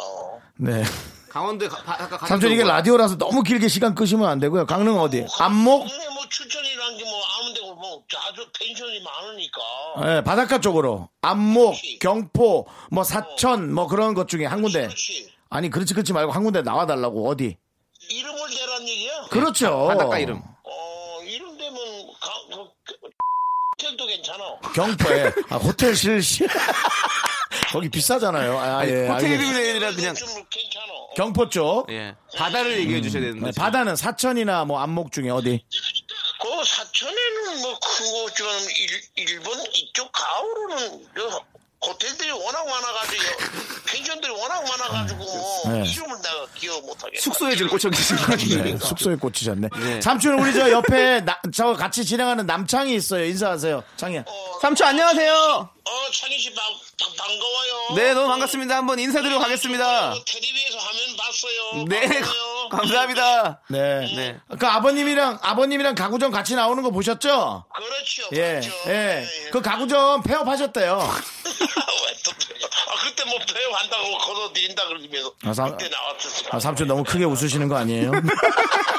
[SPEAKER 1] 네.
[SPEAKER 2] 강원도에 가, 바닷가 가는
[SPEAKER 1] 삼촌 이게
[SPEAKER 2] 거구나.
[SPEAKER 1] 라디오라서 너무 길게 시간 끄시면 안 되고요. 강릉 어디? 안목?
[SPEAKER 5] 근데 뭐 추천, 아주 펜션이 많으니까.
[SPEAKER 1] 예, 바닷가 쪽으로 안목, 경포, 뭐 사천 뭐 그런 것 중에 한 군데.
[SPEAKER 5] 그렇지.
[SPEAKER 1] 아니 그렇지 그렇지 말고 한 군데 나와 달라고 어디?
[SPEAKER 5] 이름을 대란 얘기야?
[SPEAKER 1] 그렇죠.
[SPEAKER 2] 네, 바닷가 이름.
[SPEAKER 5] 어, 이름 되면 가, 그, 그, 호텔도 괜찮아.
[SPEAKER 1] 경포에 아, 호텔 실시. 거기 비싸잖아요. 아, 예,
[SPEAKER 2] 호텔
[SPEAKER 1] 알겠-
[SPEAKER 2] 이름이 아니라 그냥
[SPEAKER 5] 좀 괜찮아.
[SPEAKER 1] 경포 쪽.
[SPEAKER 2] 예 바다를 얘기해 주셔야 되는데.
[SPEAKER 1] 네, 바다는 사천이나 뭐 안목 중에 어디?
[SPEAKER 5] 그 사천에는 뭐 큰 거 없지만 일, 일본 이쪽 가오로는 그 호텔들이 워낙 많아가지고 펜션들이 워낙 많아가지고
[SPEAKER 1] 네.
[SPEAKER 5] 이름을 내가 기억 못하겠다.
[SPEAKER 2] 숙소에 지금 꽂혀 계신 거
[SPEAKER 1] 네,
[SPEAKER 2] 같은데.
[SPEAKER 1] 숙소에 꽂히셨네.
[SPEAKER 2] 네.
[SPEAKER 1] 삼촌 우리 저 옆에 나, 저 같이 진행하는 남창이 있어요. 인사하세요. 창이야.
[SPEAKER 2] 삼촌 안녕하세요.
[SPEAKER 5] 어 창희 씨 반, 반- 반가워요.
[SPEAKER 2] 네 너무 반갑습니다. 한번 인사드리고 가겠습니다.
[SPEAKER 5] 어, 텔레비에서 화면 봤어요.
[SPEAKER 2] 네
[SPEAKER 5] 반가워요.
[SPEAKER 2] 감사합니다.
[SPEAKER 1] 네.
[SPEAKER 2] 네.
[SPEAKER 1] 그 아버님이랑 아버님이랑 가구점 같이 나오는 거 보셨죠?
[SPEAKER 5] 그렇죠.
[SPEAKER 1] 예,
[SPEAKER 5] 맞죠.
[SPEAKER 1] 예.
[SPEAKER 5] 예, 예.
[SPEAKER 1] 그 가구점 폐업하셨대요.
[SPEAKER 5] 왜또 배워? 아, 그때 뭐 배워한다고 걸어드린다 그러면서
[SPEAKER 1] 아, 삼-
[SPEAKER 5] 그때 나왔었어.
[SPEAKER 1] 아, 삼촌 너무 크게 웃으시는 거 아니에요?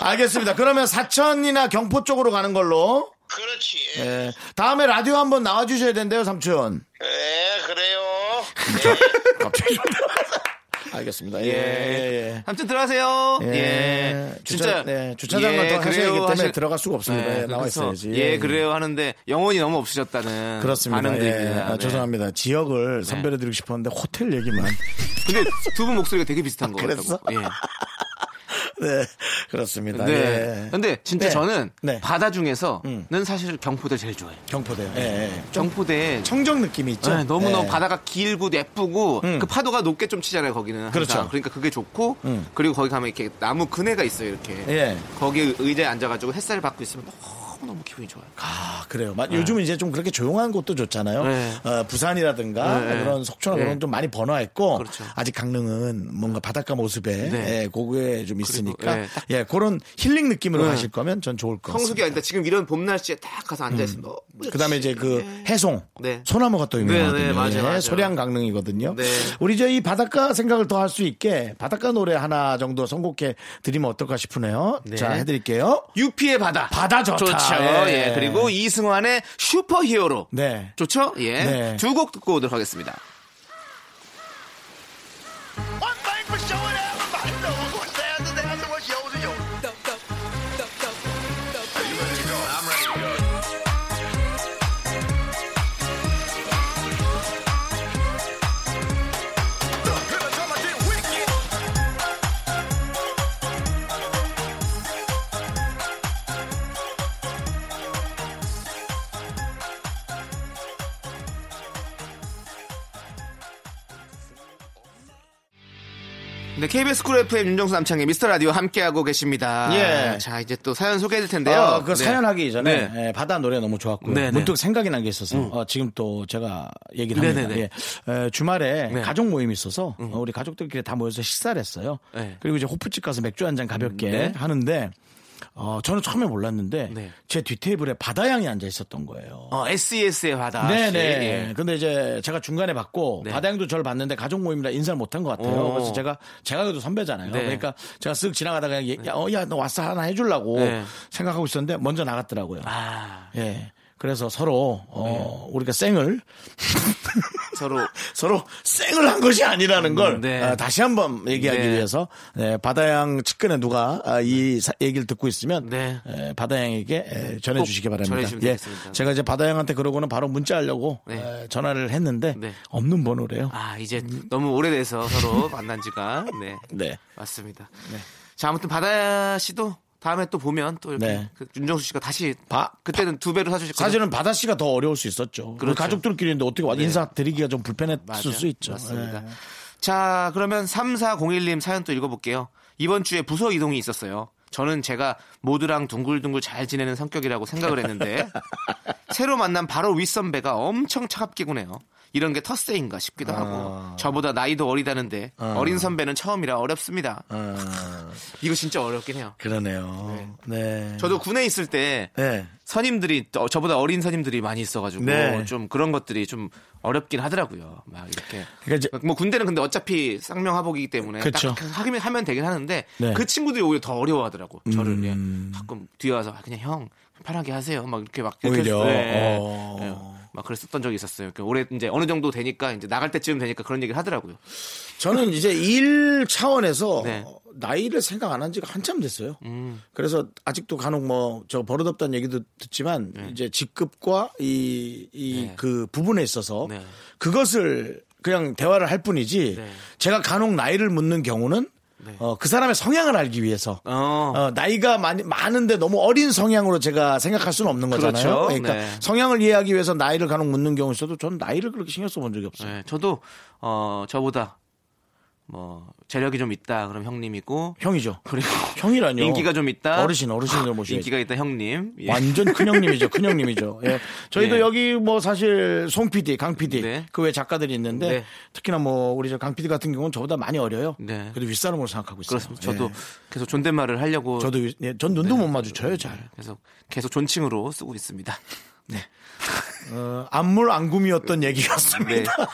[SPEAKER 1] 알겠습니다. 그러면 사천이나 경포 쪽으로 가는 걸로.
[SPEAKER 5] 그렇지.
[SPEAKER 2] 네.
[SPEAKER 5] 예,
[SPEAKER 1] 예. 다음에 라디오 한번 나와주셔야 된대요, 삼촌.
[SPEAKER 5] 예, 그래요.
[SPEAKER 1] 갑자기. 알겠습니다. 예, 예, 예.
[SPEAKER 2] 삼촌 들어가세요.
[SPEAKER 1] 예.
[SPEAKER 2] 예.
[SPEAKER 1] 주차, 네, 주차장을 더 하셔야 되기 때문에 들어갈 수가 없습니다. 예, 나와
[SPEAKER 2] 그래서
[SPEAKER 1] 있어야지.
[SPEAKER 2] 예,
[SPEAKER 1] 예.
[SPEAKER 2] 그래요 하는데 영혼이 너무 없으셨다는
[SPEAKER 1] 그렇습니다. 예.
[SPEAKER 2] 아, 반응들입니다.
[SPEAKER 1] 아,
[SPEAKER 2] 네.
[SPEAKER 1] 죄송합니다. 지역을 선별해드리고 싶었는데 호텔 얘기만.
[SPEAKER 2] 근데 두 분 목소리가 되게 비슷한 거
[SPEAKER 1] 아, 그랬어?
[SPEAKER 2] 같다고. 예.
[SPEAKER 1] 네, 그렇습니다.
[SPEAKER 2] 네.
[SPEAKER 1] 예.
[SPEAKER 2] 근데 진짜
[SPEAKER 1] 네.
[SPEAKER 2] 저는
[SPEAKER 1] 네. 음.
[SPEAKER 2] 바다 중에서는 사실 경포대 제일 좋아해요.
[SPEAKER 1] 경포대요. 예, 예.
[SPEAKER 2] 경포대
[SPEAKER 1] 청정 느낌이 있죠.
[SPEAKER 2] 네, 너무너무
[SPEAKER 1] 예.
[SPEAKER 2] 바다가 길고 예쁘고
[SPEAKER 1] 음.
[SPEAKER 2] 그 파도가 높게 좀 치잖아요 거기는 항상.
[SPEAKER 1] 그렇죠.
[SPEAKER 2] 그러니까 그게 좋고
[SPEAKER 1] 음.
[SPEAKER 2] 그리고 거기 가면 이렇게 나무 그네가 있어요 이렇게
[SPEAKER 1] 예.
[SPEAKER 2] 거기 의자에 앉아가지고 햇살 받고 있으면 너무너무 기분이 좋아요
[SPEAKER 1] 아, 그래요. 마- 요즘은 이제 좀 그렇게 조용한 곳도 좋잖아요.
[SPEAKER 2] 네.
[SPEAKER 1] 어, 부산이라든가
[SPEAKER 2] 네.
[SPEAKER 1] 그런 속초나
[SPEAKER 2] 네.
[SPEAKER 1] 그런 좀 많이 번화했고
[SPEAKER 2] 그렇죠.
[SPEAKER 1] 아직 강릉은 뭔가 바닷가 모습에
[SPEAKER 2] 네.
[SPEAKER 1] 예, 고구에 좀 있으니까
[SPEAKER 2] 네, 딱-
[SPEAKER 1] 예, 그런 힐링 느낌으로
[SPEAKER 2] 네.
[SPEAKER 1] 가실 거면 전 좋을 것 같습니다.
[SPEAKER 2] 성수기 아니다 지금 이런 봄 날씨에 딱 가서 앉아있으면 너무
[SPEAKER 1] 그다음에 이제 그 해송
[SPEAKER 2] 네.
[SPEAKER 1] 소나무가 또 유명하거든요.
[SPEAKER 2] 네, 네, 맞아요,
[SPEAKER 1] 예,
[SPEAKER 2] 맞아요.
[SPEAKER 1] 소량 강릉이거든요.
[SPEAKER 2] 네.
[SPEAKER 1] 우리 저 이 바닷가 생각을 더 할 수 있게 바닷가 노래 하나 정도 선곡해 드리면 어떨까 싶으네요. 자 해드릴게요.
[SPEAKER 2] 유피의 바다
[SPEAKER 1] 바다 좋다.
[SPEAKER 2] 좋죠
[SPEAKER 1] 예.
[SPEAKER 2] 예. 그리고 이승환의 슈퍼히어로
[SPEAKER 1] 네.
[SPEAKER 2] 좋죠
[SPEAKER 1] 네.
[SPEAKER 2] 예두 곡 듣고 오도록 하겠습니다 네, KBS 쿨 FM 윤정수 남창의 미스터 라디오 함께하고 계십니다.
[SPEAKER 1] 예.
[SPEAKER 2] 자, 이제 또 사연 소개해드릴 텐데요.
[SPEAKER 1] 아, 그
[SPEAKER 2] 네.
[SPEAKER 1] 사연하기 전에
[SPEAKER 2] 네.
[SPEAKER 1] 예, 바다 노래 너무 좋았고요.
[SPEAKER 2] 네, 네.
[SPEAKER 1] 문득 생각이 난 게 있어서 어, 지금 또 제가 얘기를
[SPEAKER 2] 네,
[SPEAKER 1] 합니다.
[SPEAKER 2] 네, 네.
[SPEAKER 1] 예. 에, 주말에
[SPEAKER 2] 네.
[SPEAKER 1] 가족 모임이 있어서 어, 우리 가족들끼리 다 모여서 식사를 했어요.
[SPEAKER 2] 네.
[SPEAKER 1] 그리고 이제 호프집 가서 맥주 한 잔 가볍게
[SPEAKER 2] 네.
[SPEAKER 1] 하는데 어, 저는 처음에 몰랐는데
[SPEAKER 2] 네.
[SPEAKER 1] 제 뒷테이블에 바다양이 앉아 있었던 거예요.
[SPEAKER 2] 어, SES의 바다.
[SPEAKER 1] 네네.
[SPEAKER 2] 예.
[SPEAKER 1] 근데 이제 제가 중간에 봤고
[SPEAKER 2] 네.
[SPEAKER 1] 바다양도 저를 봤는데 가족 모임이라 인사를 못한 것 같아요.
[SPEAKER 2] 오.
[SPEAKER 1] 그래서 제가 제가 그래도 선배잖아요.
[SPEAKER 2] 네.
[SPEAKER 1] 그러니까 제가 쓱 지나가다가 그냥 야, 어, 야, 너 왔어 하나 해주려고
[SPEAKER 2] 네.
[SPEAKER 1] 생각하고 있었는데 먼저 나갔더라고요.
[SPEAKER 2] 아, 네.
[SPEAKER 1] 예. 그래서 서로 어, 우리가 쌩을
[SPEAKER 2] 서로.
[SPEAKER 1] 서로 쌩을 한 것이 아니라는 걸
[SPEAKER 2] 음, 네.
[SPEAKER 1] 어, 다시 한번 얘기하기
[SPEAKER 2] 네.
[SPEAKER 1] 위해서 네, 바다양 측근에 누가 아, 이 사- 얘기를 듣고 있으면
[SPEAKER 2] 네.
[SPEAKER 1] 에, 바다양에게 에, 전해주시기
[SPEAKER 2] 꼭
[SPEAKER 1] 바랍니다.
[SPEAKER 2] 전해주시면
[SPEAKER 1] 예,
[SPEAKER 2] 되겠습니다.
[SPEAKER 1] 제가 이제 바다양한테 그러고는 바로 문자하려고
[SPEAKER 2] 네.
[SPEAKER 1] 에, 전화를 했는데
[SPEAKER 2] 네.
[SPEAKER 1] 없는 번호래요.
[SPEAKER 2] 아, 이제 너무 오래돼서 서로 만난 지가. 네.
[SPEAKER 1] 네.
[SPEAKER 2] 맞습니다. 자, 아무튼 바다 씨도 다음에 또 보면 또 이렇게
[SPEAKER 1] 네.
[SPEAKER 2] 그 윤정수 씨가 다시.
[SPEAKER 1] 바-
[SPEAKER 2] 그때는 두 배로 사주실 거예요.
[SPEAKER 1] 사실은 바다 씨가 더 어려울 수 있었죠.
[SPEAKER 2] 그렇죠. 네.
[SPEAKER 1] 가족들끼리인데 어떻게 와- 인사드리기가 좀 불편했을
[SPEAKER 2] 맞아요.
[SPEAKER 1] 수 있죠.
[SPEAKER 2] 맞습니다.
[SPEAKER 1] 예.
[SPEAKER 2] 자, 그러면 3401님 사연 또 읽어볼게요. 이번 주에 부서 이동이 있었어요. 저는 제가 모두랑 둥글둥글 잘 지내는 성격이라고 생각을 했는데 새로 만난 바로 윗선배가 엄청 차갑게 구네요. 이런 게 텃세인가 싶기도
[SPEAKER 1] 아.
[SPEAKER 2] 하고 저보다 나이도 어리다는데 어. 린 선배는 처음이라 어렵습니다.
[SPEAKER 1] 아,
[SPEAKER 2] 이거 진짜 어렵긴 해요.
[SPEAKER 1] 그러네요. 네.
[SPEAKER 2] 저도 군에 있을 때
[SPEAKER 1] 네.
[SPEAKER 2] 선임들이 어, 저보다 어린 선임들이 많이 있어가지고
[SPEAKER 1] 네.
[SPEAKER 2] 좀 그런 것들이 좀 어렵긴 하더라고요. 막 이렇게
[SPEAKER 1] 그러니까 이제-
[SPEAKER 2] 뭐 군대는 근데 어차피 쌍명하복이기 때문에
[SPEAKER 1] 그쵸.
[SPEAKER 2] 딱 하기면 하면 되긴 하는데
[SPEAKER 1] 네. 음.
[SPEAKER 2] 그 친구들이 오히려 더 어려워하더라고 저를 예. 가끔 뒤에 와서 아, 그냥 형 편하게 하세요 막 이렇게 막 이렇게
[SPEAKER 1] 오히려?
[SPEAKER 2] 했어요. 예.
[SPEAKER 1] 어.
[SPEAKER 2] 예. 막 그랬었던 적이 있었어요. 그 올해 이제 어느 정도 되니까 이제 나갈 때쯤 되니까 그런 얘기를 하더라고요.
[SPEAKER 1] 저는 이제 일 차원에서
[SPEAKER 2] 네. 음.
[SPEAKER 1] 나이를 생각 안 한 지가 한참 됐어요. 그래서 아직도 간혹 뭐 저 버릇없다는 얘기도 듣지만 이제 직급과 이 이
[SPEAKER 2] 네.
[SPEAKER 1] 그 부분에 있어서
[SPEAKER 2] 네.
[SPEAKER 1] 그것을 그냥 대화를 할 뿐이지
[SPEAKER 2] 네.
[SPEAKER 1] 제가 간혹 나이를 묻는 경우는 어, 그 사람의 성향을 알기 위해서
[SPEAKER 2] 어.
[SPEAKER 1] 어, 나이가 많이, 많은데 너무 어린 성향으로 제가 생각할 수는 없는 거잖아요.
[SPEAKER 2] 그렇죠.
[SPEAKER 1] 러니까
[SPEAKER 2] 네.
[SPEAKER 1] 성향을 이해하기 위해서 나이를 간혹 묻는 경우 있어도 전 나이를 그렇게 신경 써본 적이 없어요.
[SPEAKER 2] 예, 저도 어 저보다 뭐 재력이 좀 있다 그럼 형님이고
[SPEAKER 1] 형이죠.
[SPEAKER 2] 그리고
[SPEAKER 1] 형이라뇨.
[SPEAKER 2] 인기가 좀 있다 아,
[SPEAKER 1] 어르신, 어르신을 모시죠.
[SPEAKER 2] 인기가 있다 형님 예.
[SPEAKER 1] 완전 큰 형님이죠. 큰 형님이죠. 예. 저희도
[SPEAKER 2] 네.
[SPEAKER 1] 여기 뭐 사실 송 PD, 강 PD
[SPEAKER 2] 네.
[SPEAKER 1] 그 외 작가들이 있는데
[SPEAKER 2] 네.
[SPEAKER 1] 특히나 뭐 우리 저 강 PD 같은 경우는 저보다 많이 어려요.
[SPEAKER 2] 네.
[SPEAKER 1] 그래도 윗사람으로 생각하고 있어요.
[SPEAKER 2] 그렇습니다. 저도 네.
[SPEAKER 1] 예.
[SPEAKER 2] 계속 존댓말을 하려고
[SPEAKER 1] 저도 윗- 예, 전 눈도 못 마주쳐요, 잘.
[SPEAKER 2] 계속 계속 존칭으로 쓰고 있습니다.
[SPEAKER 1] 어, 안물 안굼이었던 얘기였습니다.
[SPEAKER 2] 네.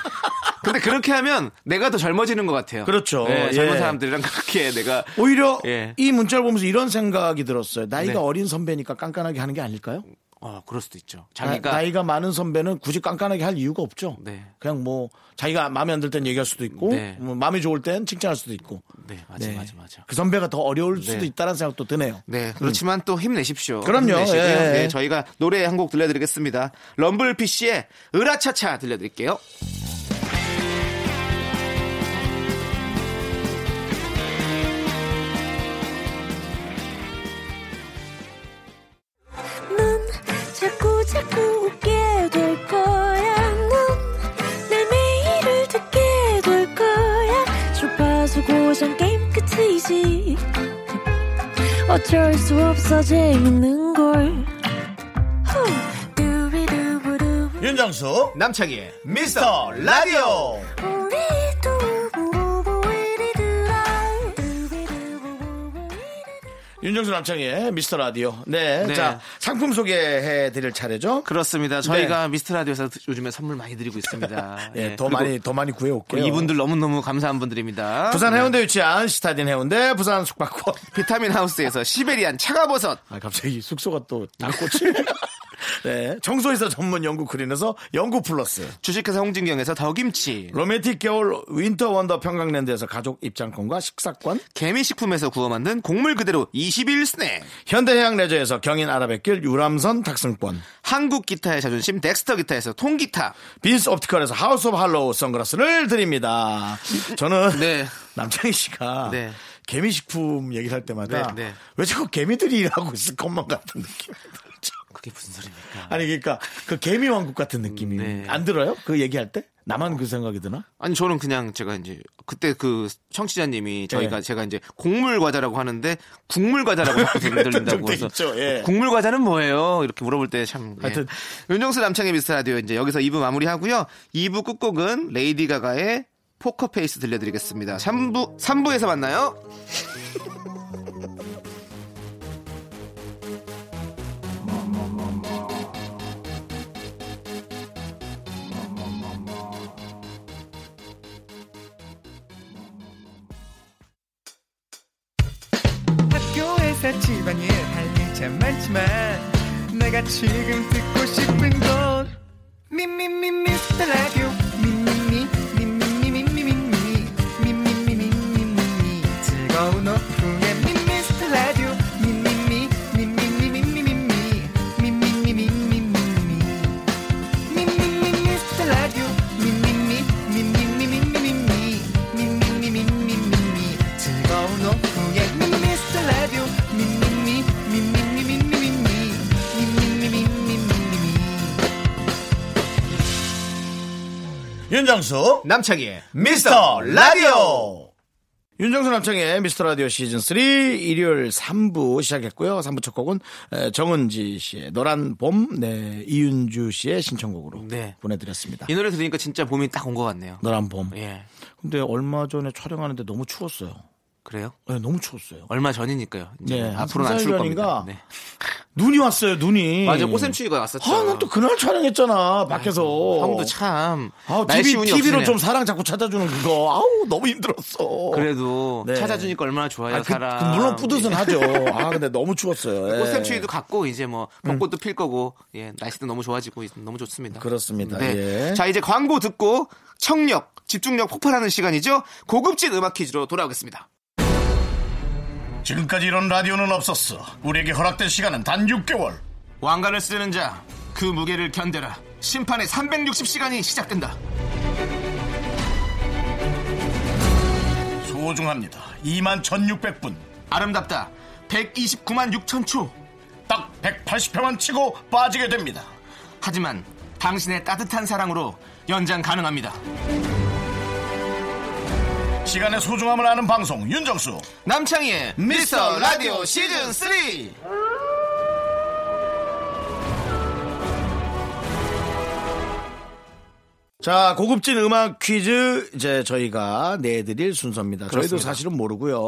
[SPEAKER 2] 근데 그렇게 하면 내가 더 젊어지는 것 같아요.
[SPEAKER 1] 그렇죠.
[SPEAKER 2] 네, 젊은
[SPEAKER 1] 예.
[SPEAKER 2] 사람들이랑 그렇게 내가
[SPEAKER 1] 오히려
[SPEAKER 2] 예.
[SPEAKER 1] 이 문자를 보면서 이런 생각이 들었어요. 나이가
[SPEAKER 2] 네.
[SPEAKER 1] 어린 선배니까 깐깐하게 하는 게 아닐까요?
[SPEAKER 2] 어 그럴 수도 있죠.
[SPEAKER 1] 나-
[SPEAKER 2] 자기가
[SPEAKER 1] 나이가 많은 선배는 굳이 깐깐하게 할 이유가 없죠.
[SPEAKER 2] 네.
[SPEAKER 1] 그냥 뭐 자기가 마음에 안 들 땐 얘기할 수도 있고
[SPEAKER 2] 네.
[SPEAKER 1] 뭐 마음이 좋을 땐 칭찬할 수도 있고.
[SPEAKER 2] 네 맞아
[SPEAKER 1] 네.
[SPEAKER 2] 맞아 맞아.
[SPEAKER 1] 그 선배가 더 어려울 수도
[SPEAKER 2] 네.
[SPEAKER 1] 있다는 생각도 드네요. 음.
[SPEAKER 2] 네, 그렇지만 또 힘내십시오.
[SPEAKER 1] 그럼요.
[SPEAKER 2] 힘내시고요.
[SPEAKER 1] 예.
[SPEAKER 2] 네, 저희가 노래 한 곡 들려드리겠습니다. 럼블피쉬의 으라차차 들려드릴게요.
[SPEAKER 6] 넌 자꾸 자꾸 웃게 될 거야. 넌내 매일을 듣게 될 거야. 주파수 고정 게임 끝이지. 어쩔 수 없어 재밌는 걸. 후. 두비두부두.
[SPEAKER 1] 윤정수
[SPEAKER 2] 남창희의
[SPEAKER 1] 미스터 라디오
[SPEAKER 6] 우리 두부부부 우리들아. 두비두부부부.
[SPEAKER 1] 윤정수 남창의 미스터 라디오. 네.
[SPEAKER 2] 네.
[SPEAKER 1] 자, 상품 소개해 드릴 차례죠.
[SPEAKER 2] 그렇습니다. 저희가 미스터 라디오에서 요즘에 선물 많이 드리고 있습니다.
[SPEAKER 1] 네. 예,
[SPEAKER 2] 예,
[SPEAKER 1] 더
[SPEAKER 2] 그리고
[SPEAKER 1] 많이 더 많이 구해 올게요.
[SPEAKER 2] 이분들 네. 너무너무 감사한 분들입니다.
[SPEAKER 1] 부산 해운대 위치한 시타딘 해운대 부산 숙박권.
[SPEAKER 2] 비타민 하우스에서 시베리안 차가버섯.
[SPEAKER 1] 아, 갑자기 숙소가 또 낙꽃이. 네. 청소이사 전문 연구 그린에서 연구 플러스.
[SPEAKER 2] 주식회사 홍진경에서 더김치.
[SPEAKER 1] 로맨틱 겨울 윈터 원더 평강랜드에서 가족 입장권과 식사권.
[SPEAKER 2] 개미식품에서 구워 만든 곡물 그대로 21 스낵.
[SPEAKER 1] 현대해양 레저에서 경인 아라뱃길 유람선 탁승권.
[SPEAKER 2] 한국 기타의 자존심 덱스터 기타에서 통기타.
[SPEAKER 1] 빈스 옵티컬에서 하우스 오브 할로우 선글라스를 드립니다. 저는
[SPEAKER 2] 네.
[SPEAKER 1] 남창희 씨가
[SPEAKER 2] 네.
[SPEAKER 1] 개미식품 얘기를 할 때마다
[SPEAKER 2] 네, 네.
[SPEAKER 1] 왜 자꾸 개미들이 일하고 있을 것만 같은 느낌.
[SPEAKER 2] 그게 무슨 소리입니까?
[SPEAKER 1] 아니 그러니까 그 개미 왕국 같은 느낌이
[SPEAKER 2] 네.
[SPEAKER 1] 안 들어요? 그 얘기할 때 나만 그 생각이 드나?
[SPEAKER 2] 아니 저는 그냥 제가 이제 그때 그 청취자님이 저희가
[SPEAKER 1] 네.
[SPEAKER 2] 제가 이제 곡물 과자라고 하는데 국물 과자라고 자꾸
[SPEAKER 1] 그랬던
[SPEAKER 2] 들린다고
[SPEAKER 1] 적도
[SPEAKER 2] 해서
[SPEAKER 1] 있죠, 예.
[SPEAKER 2] 국물 과자는 뭐예요? 이렇게 물어볼 때참
[SPEAKER 1] 하여튼.
[SPEAKER 2] 예. 윤정수 남창의 미스터 라디오 이제 여기서 2부 마무리하고요. 2부 끝곡은 레이디 가가의 포커 페이스 들려드리겠습니다. 3부 3부에서 만나요.
[SPEAKER 7] 학교에서 집안일 할 일 참 많지만 내가 지금 듣고 싶은 건 미미미 미스터 라디오 미미미 미미미 미미미 미미미 미미미 즐거운 오픈에 미스터 라디오 미미미 미미미 미미미 미미미 미미미 미미미 미스터 라디오 미미미 미미미 미미미 미미미 미미미 즐거운 오후에 미스터 라디오 미미미 미미미 미미미 미미미 미미미
[SPEAKER 1] 윤정수
[SPEAKER 2] 남창희의
[SPEAKER 1] 미스터 라디오 윤정수 남창의 미스터 라디오 시즌 3 일요일 3부 시작했고요. 3부 첫 곡은 에, 정은지 씨의 노란 봄, 네, 이윤주 씨의 신청곡으로
[SPEAKER 2] 네.
[SPEAKER 1] 보내드렸습니다.
[SPEAKER 2] 이 노래 들으니까 진짜 봄이 딱 온 것 같네요.
[SPEAKER 1] 노란 봄.
[SPEAKER 2] 예.
[SPEAKER 1] 근데 얼마 전에 촬영하는데 너무 추웠어요.
[SPEAKER 2] 그래요?
[SPEAKER 1] 네, 너무 추웠어요.
[SPEAKER 2] 얼마 전이니까요. 이제
[SPEAKER 1] 네, 한
[SPEAKER 2] 앞으로는 안
[SPEAKER 1] 삼, 사일
[SPEAKER 2] 추울
[SPEAKER 1] 전인가?
[SPEAKER 2] 겁니다. 네.
[SPEAKER 1] 눈이 왔어요, 눈이.
[SPEAKER 2] 맞아 꽃샘추위가 왔었죠.
[SPEAKER 1] 아, 난 또 그날 촬영했잖아, 밖에서.
[SPEAKER 2] 형도 참
[SPEAKER 1] 아우,
[SPEAKER 2] 날씨
[SPEAKER 1] TV,
[SPEAKER 2] 운이
[SPEAKER 1] TV로
[SPEAKER 2] 없으네요.
[SPEAKER 1] 좀 사랑 자꾸 찾아주는 그거. 아우, 너무 힘들었어.
[SPEAKER 2] 그래도
[SPEAKER 1] 네.
[SPEAKER 2] 찾아주니까 얼마나 좋아요
[SPEAKER 1] 아, 그,
[SPEAKER 2] 사람. 예.
[SPEAKER 1] 그 물론 뿌듯은 하죠. 아, 근데 너무 추웠어요. 예.
[SPEAKER 2] 꽃샘추위도 갔고 이제 뭐 벚꽃도 필 거고 예 날씨도 너무 좋아지고 있- 너무
[SPEAKER 1] 음.
[SPEAKER 2] 좋습니다.
[SPEAKER 1] 그렇습니다.
[SPEAKER 2] 네.
[SPEAKER 1] 예.
[SPEAKER 2] 자 이제 광고 듣고 청력 집중력 폭발하는 시간이죠. 고급진 음악 퀴즈로 돌아오겠습니다.
[SPEAKER 8] 지금까지 이런 라디오는 없었어. 우리에게 허락된 시간은 단 6개월.
[SPEAKER 2] 왕관을 쓰는 자 그 무게를 견뎌라. 심판의 360시간이 시작된다.
[SPEAKER 8] 소중합니다. 2만 1,600분.
[SPEAKER 2] 아름답다. 129만 6천 초.
[SPEAKER 8] 딱 180회만 치고 빠지게 됩니다.
[SPEAKER 2] 하지만 당신의 따뜻한 사랑으로 연장 가능합니다.
[SPEAKER 8] 시간의 소중함을 아는 방송 윤정수.
[SPEAKER 2] 남창희의 미스터 라디오 시즌 3.
[SPEAKER 1] 자, 고급진 음악 퀴즈 이제 저희가 내드릴 순서입니다. 저희도 사실은 모르고요.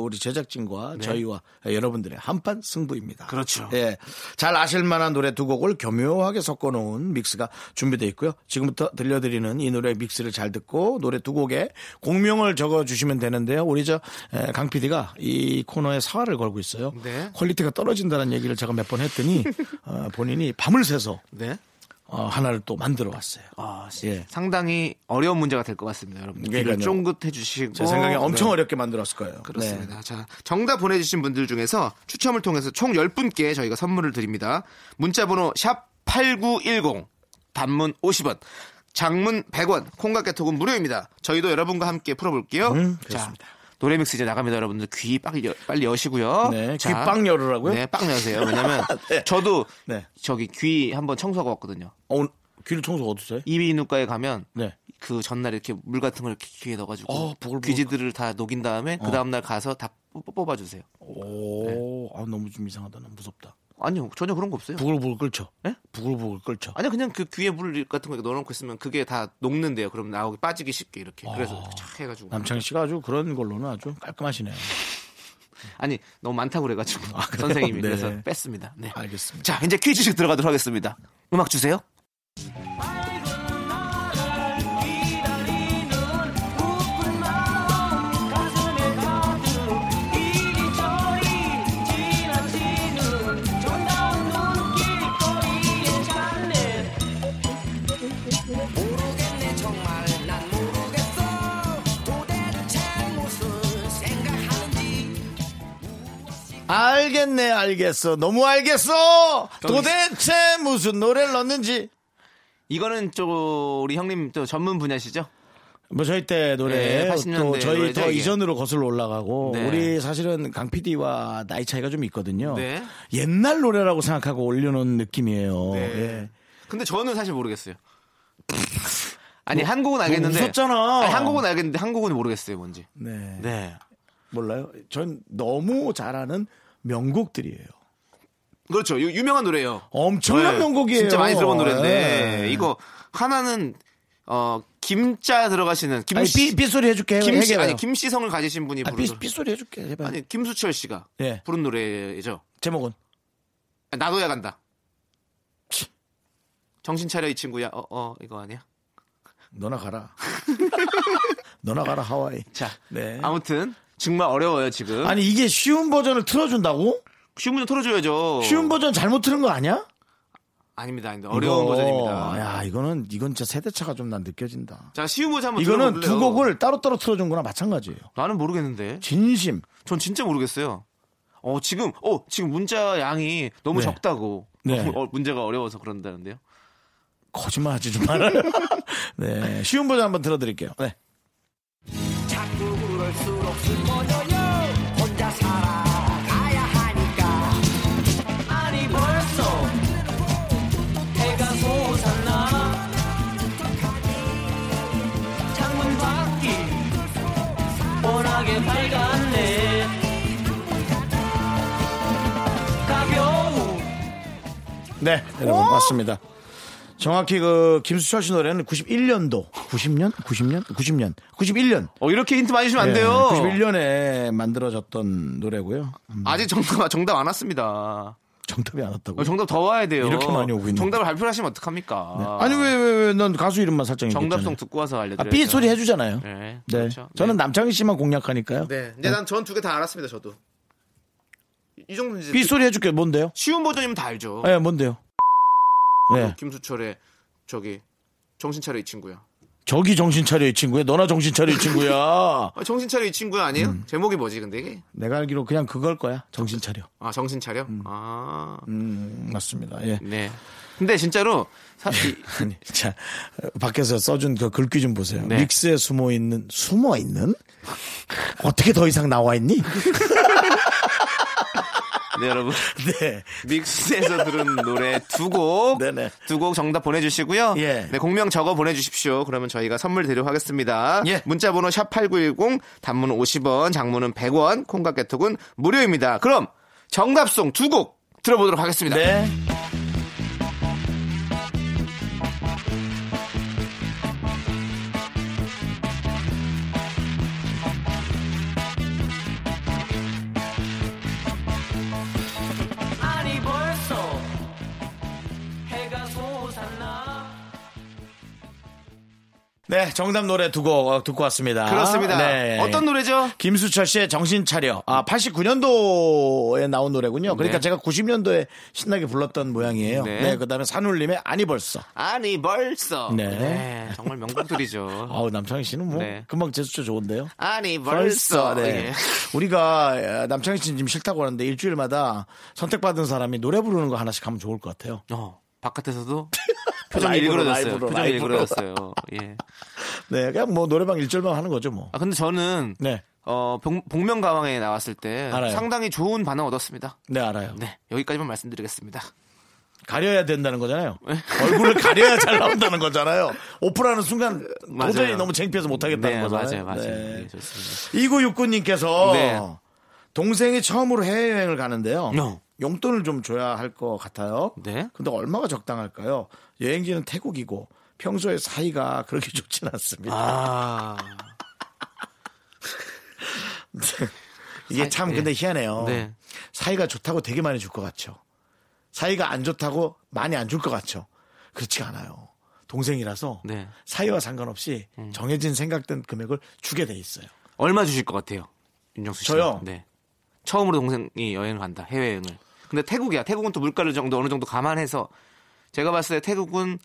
[SPEAKER 1] 우리 제작진과 저희와 여러분들의 한판 승부입니다.
[SPEAKER 2] 네. 그렇죠.
[SPEAKER 1] 예. 잘 아실 만한 노래 두 곡을 교묘하게 섞어 놓은 믹스가 준비되어 있고요. 지금부터 들려드리는 이 노래 믹스를 잘 듣고 노래 두 곡에 공명을 적어 주시면 되는데요. 우리 저강 PD가 이 코너에 사활을 걸고 있어요.
[SPEAKER 2] 네.
[SPEAKER 1] 퀄리티가 떨어진다는 얘기를 제가 몇 번 했더니 어, 본인이 밤을 새서
[SPEAKER 2] 네.
[SPEAKER 1] 어, 하나를 또 만들어 왔어요. 아, 예.
[SPEAKER 2] 상당히 어려운 문제가 될 것 같습니다, 여러분. 귀를
[SPEAKER 1] 그러니까요.
[SPEAKER 2] 쫑긋해 주시고.
[SPEAKER 1] 제 생각에 엄청
[SPEAKER 2] 네.
[SPEAKER 1] 어렵게 만들었을 거예요. 네.
[SPEAKER 2] 그렇습니다. 자, 정답 보내주신 분들 중에서 추첨을 통해서 총 10분께 저희가 선물을 드립니다. 문자번호 샵8910, 단문 50원, 장문 100원, 콩깍개톡은 무료입니다. 저희도 여러분과 함께 풀어볼게요.
[SPEAKER 1] 음,
[SPEAKER 2] 자, 노래 믹스 이제 나갑니다, 여러분들. 귀 빨리, 여, 빨리 여시고요.
[SPEAKER 1] 네, 귀
[SPEAKER 2] 자,
[SPEAKER 1] 빵 열으라고요?
[SPEAKER 2] 네, 빵 여세요. 왜냐면
[SPEAKER 1] 네.
[SPEAKER 2] 저도
[SPEAKER 1] 네.
[SPEAKER 2] 저기 귀 한번 청소하고 왔거든요.
[SPEAKER 1] 어, 오늘 귀를 청소 어디서 요
[SPEAKER 2] 이비인후과에 가면
[SPEAKER 1] 네.
[SPEAKER 2] 그 전날 이렇게 물 같은 걸 이렇게 귀에 넣어가지고
[SPEAKER 1] 어, 보글보글.
[SPEAKER 2] 귀지들을 다 녹인 다음에 그 다음날 가서 다 뽑- 뽑아주세요.
[SPEAKER 1] 오, 아, 너무 좀 이상하다. 너무 무섭다.
[SPEAKER 2] 아니요 전혀 그런 거 없어요.
[SPEAKER 1] 부글부글 끓죠?
[SPEAKER 2] 예?
[SPEAKER 1] 부글부글 끓죠?
[SPEAKER 2] 아니요 그냥 그 귀에 물 같은 거 이렇게 넣어놓고 있으면 그게 다 녹는데요. 그럼 나오기 빠지기 쉽게 이렇게 그래서 이렇게 착 해가지고
[SPEAKER 1] 어. 남창희 씨가 아주 그런 걸로는 아주 깔끔하시네요.
[SPEAKER 2] 아니 너무 많다고 그래가지고 선생님이
[SPEAKER 1] 네.
[SPEAKER 2] 그래서 뺐습니다. 네.
[SPEAKER 1] 알겠습니다.
[SPEAKER 2] 자 이제 퀴즈식 들어가도록 하겠습니다. 음악 주세요.
[SPEAKER 1] 알겠네, 알겠어. 너무 알겠어! 도대체 무슨 노래를 넣는지.
[SPEAKER 2] 이거는 저 우리 형님 또 전문 분야시죠?
[SPEAKER 1] 뭐 저희 때 노래
[SPEAKER 2] 네, 80년대
[SPEAKER 1] 또 저희
[SPEAKER 2] 노래죠,
[SPEAKER 1] 더
[SPEAKER 2] 이게.
[SPEAKER 1] 이전으로 거슬러 올라가고
[SPEAKER 2] 네.
[SPEAKER 1] 우리 사실은 강 PD와 나이 차이가 좀 있거든요.
[SPEAKER 2] 네.
[SPEAKER 1] 옛날 노래라고 생각하고 올려놓은 느낌이에요. 예.
[SPEAKER 2] 근데 저는 사실 모르겠어요. 아니 한국은 알겠는데
[SPEAKER 1] 웃었잖아.
[SPEAKER 2] 아니, 한국은 알겠는데 한국은 모르겠어요 뭔지.
[SPEAKER 1] 네.
[SPEAKER 2] 네.
[SPEAKER 1] 몰라요. 전 너무 잘하는 명곡들이에요.
[SPEAKER 2] 그렇죠. 유, 유명한 노래예요.
[SPEAKER 1] 엄청난
[SPEAKER 2] 네,
[SPEAKER 1] 명곡이에요.
[SPEAKER 2] 진짜 많이 들어본 노래인데
[SPEAKER 1] 네.
[SPEAKER 2] 이거 하나는 어 김자 들어가시는
[SPEAKER 1] 아니,
[SPEAKER 2] 김씨
[SPEAKER 1] 삐, 삐소리 해줄게.
[SPEAKER 2] 김씨
[SPEAKER 1] 해봐요.
[SPEAKER 2] 아니 김씨성을 가지신 분이
[SPEAKER 1] 아,
[SPEAKER 2] 부른
[SPEAKER 1] 삐,
[SPEAKER 2] 노래.
[SPEAKER 1] 삐소리 해줄게. 해봐.
[SPEAKER 2] 아니 김수철 씨가
[SPEAKER 1] 예.
[SPEAKER 2] 부른 노래죠.
[SPEAKER 1] 제목은
[SPEAKER 2] 나도야 간다. 정신 차려 이 친구야. 어 어 이거 아니야?
[SPEAKER 1] 너나 가라. 너나 가라 하와이.
[SPEAKER 2] 자
[SPEAKER 1] 네.
[SPEAKER 2] 아무튼 정말 어려워요 지금.
[SPEAKER 1] 아니 이게 쉬운 버전을 틀어준다고?
[SPEAKER 2] 쉬운 버전 털어줘야죠.
[SPEAKER 1] 쉬운 버전 잘못 틀은 거 아니야?
[SPEAKER 2] 아닙니다, 아닙니다. 어려운
[SPEAKER 1] 이거,
[SPEAKER 2] 버전입니다.
[SPEAKER 1] 야 이거는 이건 진짜 세대차가 좀 난 느껴진다.
[SPEAKER 2] 자 쉬운 버전 한번
[SPEAKER 1] 이거는
[SPEAKER 2] 들어볼래요?
[SPEAKER 1] 두 곡을 따로따로 틀어준 거나 마찬가지예요.
[SPEAKER 2] 나는 모르겠는데.
[SPEAKER 1] 진심.
[SPEAKER 2] 전 진짜 모르겠어요. 어 지금 어 지금 문자 양이 너무
[SPEAKER 1] 네.
[SPEAKER 2] 적다고.
[SPEAKER 1] 네.
[SPEAKER 2] 어, 문제가 어려워서 그런다는데요.
[SPEAKER 1] 거짓말하지 좀 말아요. 네, 쉬운 버전 한번 들어드릴게요. 네. 네, 여러분 맞습니다. 정확히 그 김수철 씨 노래는 91년도, 90년, 90년, 90년, 91년.
[SPEAKER 2] 어 이렇게 힌트 많이
[SPEAKER 1] 네.
[SPEAKER 2] 주면 안 돼요.
[SPEAKER 1] 91년에 만들어졌던 노래고요.
[SPEAKER 2] 아직 정답 정답 안 왔습니다.
[SPEAKER 1] 정답이 안 왔다고.
[SPEAKER 2] 어, 정답 더 와야 돼요.
[SPEAKER 1] 이렇게 많이 오고 있는데.
[SPEAKER 2] 정답을 발표를 하시면 어떡합니까?
[SPEAKER 1] 아니 왜 왜 왜 난 가수 이름만 살짝
[SPEAKER 2] 정답송
[SPEAKER 1] 얘기했잖아요.
[SPEAKER 2] 듣고 와서 알려드려요.
[SPEAKER 1] 아, 삐 소리 해주잖아요. 네.
[SPEAKER 2] 네. 그렇죠.
[SPEAKER 1] 저는 남창희 씨만 공략하니까요.
[SPEAKER 2] 네. 네. 네. 난전 두 개 다 알았습니다. 저도. 이- 이 정도는 이제
[SPEAKER 1] 삐 소리 해줄게 뭔데요?
[SPEAKER 2] 쉬운 버전이면 다 알죠.
[SPEAKER 1] 예, 뭔데요? 네.
[SPEAKER 2] 김수철의 저기 정신 차려 이 친구야.
[SPEAKER 1] 저기 정신 차려 이 친구야. 너나 정신 차려 이 친구야.
[SPEAKER 2] 아, 정신 차려 이 친구야 아니에요?
[SPEAKER 1] 음.
[SPEAKER 2] 제목이 뭐지 근데 이게?
[SPEAKER 1] 내가 알기로 그냥 그걸 거야. 정신 차려.
[SPEAKER 2] 아 정신 차려. 아
[SPEAKER 1] 음, 맞습니다. 예.
[SPEAKER 2] 네. 근데 진짜로 사, 이,
[SPEAKER 1] 아니, 자 밖에서 써준 그 글귀 좀 보세요.
[SPEAKER 2] 네.
[SPEAKER 1] 믹스에 숨어 있는 숨어 있는 어떻게 더 이상 나와 있니?
[SPEAKER 2] 네 여러분
[SPEAKER 1] 네.
[SPEAKER 2] 믹스에서 들은 노래
[SPEAKER 1] 네네.
[SPEAKER 2] 두곡두 곡 정답 보내주시고요.
[SPEAKER 1] 예.
[SPEAKER 2] 네 공명 적어 보내주십시오. 그러면 저희가 선물 드리도록 하겠습니다.
[SPEAKER 1] 예.
[SPEAKER 2] 문자번호 샵 #8910 단문은 50원, 장문은 100원, 콩과 개톡은 무료입니다. 그럼 정답송 두 곡 들어보도록 하겠습니다.
[SPEAKER 1] 네. 네, 정답 노래 두곡 어, 듣고 왔습니다.
[SPEAKER 2] 그렇습니다.
[SPEAKER 1] 네.
[SPEAKER 2] 어떤 노래죠?
[SPEAKER 1] 김수철 씨의 정신 차려. 아, 89년도에 나온 노래군요. 그러니까
[SPEAKER 2] 네.
[SPEAKER 1] 제가 90년도에 신나게 불렀던 모양이에요. 네.
[SPEAKER 2] 네.
[SPEAKER 1] 그다음에 산울림의 아니 벌써.
[SPEAKER 2] 아니 벌써.
[SPEAKER 1] 네.
[SPEAKER 2] 정말 명곡들이죠.
[SPEAKER 1] 아우 남창희 씨는 뭐
[SPEAKER 2] 네.
[SPEAKER 1] 금방 제스처 좋은데요.
[SPEAKER 2] 아니 벌써.
[SPEAKER 1] 네.
[SPEAKER 2] 예.
[SPEAKER 1] 우리가 어, 남창희 씨는 지금 싫다고 하는데 일주일마다 선택받은 사람이 노래 부르는 거 하나씩 하면 좋을 것 같아요.
[SPEAKER 2] 어, 바깥에서도 표정이
[SPEAKER 1] 라이브로,
[SPEAKER 2] 일그러졌어요.
[SPEAKER 1] 라이브로,
[SPEAKER 2] 표정이
[SPEAKER 1] 라이브로.
[SPEAKER 2] 일그러졌어요. 예.
[SPEAKER 1] 네, 그냥 뭐 노래방 일절만 하는 거죠 뭐.
[SPEAKER 2] 아 근데 저는
[SPEAKER 1] 네,
[SPEAKER 2] 어 복, 복면가왕에 나왔을 때
[SPEAKER 1] 알아요.
[SPEAKER 2] 상당히 좋은 반응 얻었습니다.
[SPEAKER 1] 네 알아요.
[SPEAKER 2] 네 여기까지만 말씀드리겠습니다.
[SPEAKER 1] 가려야 된다는 거잖아요.
[SPEAKER 2] 네.
[SPEAKER 1] 얼굴을 가려야 잘 나온다는 거잖아요. 오프라는 순간
[SPEAKER 2] 맞아요.
[SPEAKER 1] 도저히 너무 창피해서 못 하겠다는
[SPEAKER 2] 네
[SPEAKER 1] 거잖아요.
[SPEAKER 2] 맞아요 맞아요.
[SPEAKER 1] 네.
[SPEAKER 2] 네, 좋습니다.
[SPEAKER 1] 2969님께서
[SPEAKER 2] 네.
[SPEAKER 1] 동생이 처음으로 해외여행을 가는데요.
[SPEAKER 2] 어.
[SPEAKER 1] 용돈을 좀 줘야 할 것 같아요.
[SPEAKER 2] 네.
[SPEAKER 1] 근데 얼마가 적당할까요? 여행지는 태국이고 평소에 사이가 그렇게 좋진 않습니다.
[SPEAKER 2] 아
[SPEAKER 1] 이게
[SPEAKER 2] 사이-
[SPEAKER 1] 참
[SPEAKER 2] 네.
[SPEAKER 1] 근데 희한해요.
[SPEAKER 2] 네.
[SPEAKER 1] 사이가 좋다고 되게 많이 줄 것 같죠. 사이가 안 좋다고 많이 안 줄 것 같죠. 그렇지 않아요. 동생이라서
[SPEAKER 2] 네. 음.
[SPEAKER 1] 사이와 상관없이 정해진 생각된 금액을 주게 돼 있어요.
[SPEAKER 2] 얼마 주실 것 같아요, 윤정수 씨?
[SPEAKER 1] 저요?
[SPEAKER 2] 네 처음으로 동생이 여행을 간다 해외여행을. 근데 태국이야. 태국은 또 물가를 정도 어느 정도 감안해서 제가 봤을 때 태국은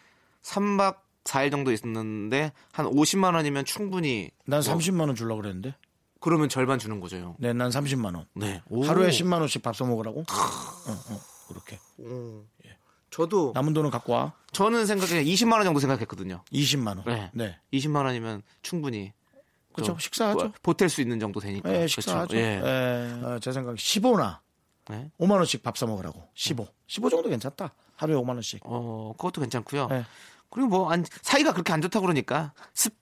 [SPEAKER 2] 3박 4일 정도 있었는데 한 50만 원이면 충분히
[SPEAKER 1] 난
[SPEAKER 2] 뭐,
[SPEAKER 1] 30만 원 주려고 그랬는데.
[SPEAKER 2] 그러면 절반 주는 거죠. 형.
[SPEAKER 1] 네, 난 30만 원.
[SPEAKER 2] 네. 오.
[SPEAKER 1] 하루에 10만 원씩 밥 사 먹으라고? 어, 어, 그렇게.
[SPEAKER 2] 저도
[SPEAKER 1] 남은 돈은 갖고 와.
[SPEAKER 2] 저는 생각에 20만 원 정도 생각했거든요.
[SPEAKER 1] 20만 원.
[SPEAKER 2] 네.
[SPEAKER 1] 네.
[SPEAKER 2] 20만 원이면 충분히
[SPEAKER 1] 그렇죠.
[SPEAKER 2] 또
[SPEAKER 1] 식사하죠.
[SPEAKER 2] 뭐 보탤 수 있는 정도 되니까.
[SPEAKER 1] 예,
[SPEAKER 2] 그쵸?
[SPEAKER 1] 식사하죠.
[SPEAKER 2] 예.
[SPEAKER 1] 예, 어, 제 생각 15나
[SPEAKER 2] 네.
[SPEAKER 1] 5만 원씩 밥 사 먹으라고. 15. 15 정도 괜찮다. 하루에 5만 원씩.
[SPEAKER 2] 어, 그것도 괜찮고요.
[SPEAKER 1] 네.
[SPEAKER 2] 그리고 뭐 안- 사이가 그렇게 안 좋다 그러니까 10,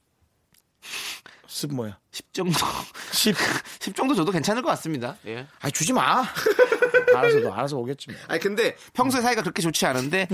[SPEAKER 1] 습 뭐야?
[SPEAKER 2] 10 정도
[SPEAKER 1] 10.
[SPEAKER 2] 10 정도 줘도 괜찮을 것 같습니다. 예.
[SPEAKER 1] 아, 주지 마. 알아서 너 알아서 오겠지. 뭐.
[SPEAKER 2] 아니 근데 평소에 사이가 그렇게 좋지 않은데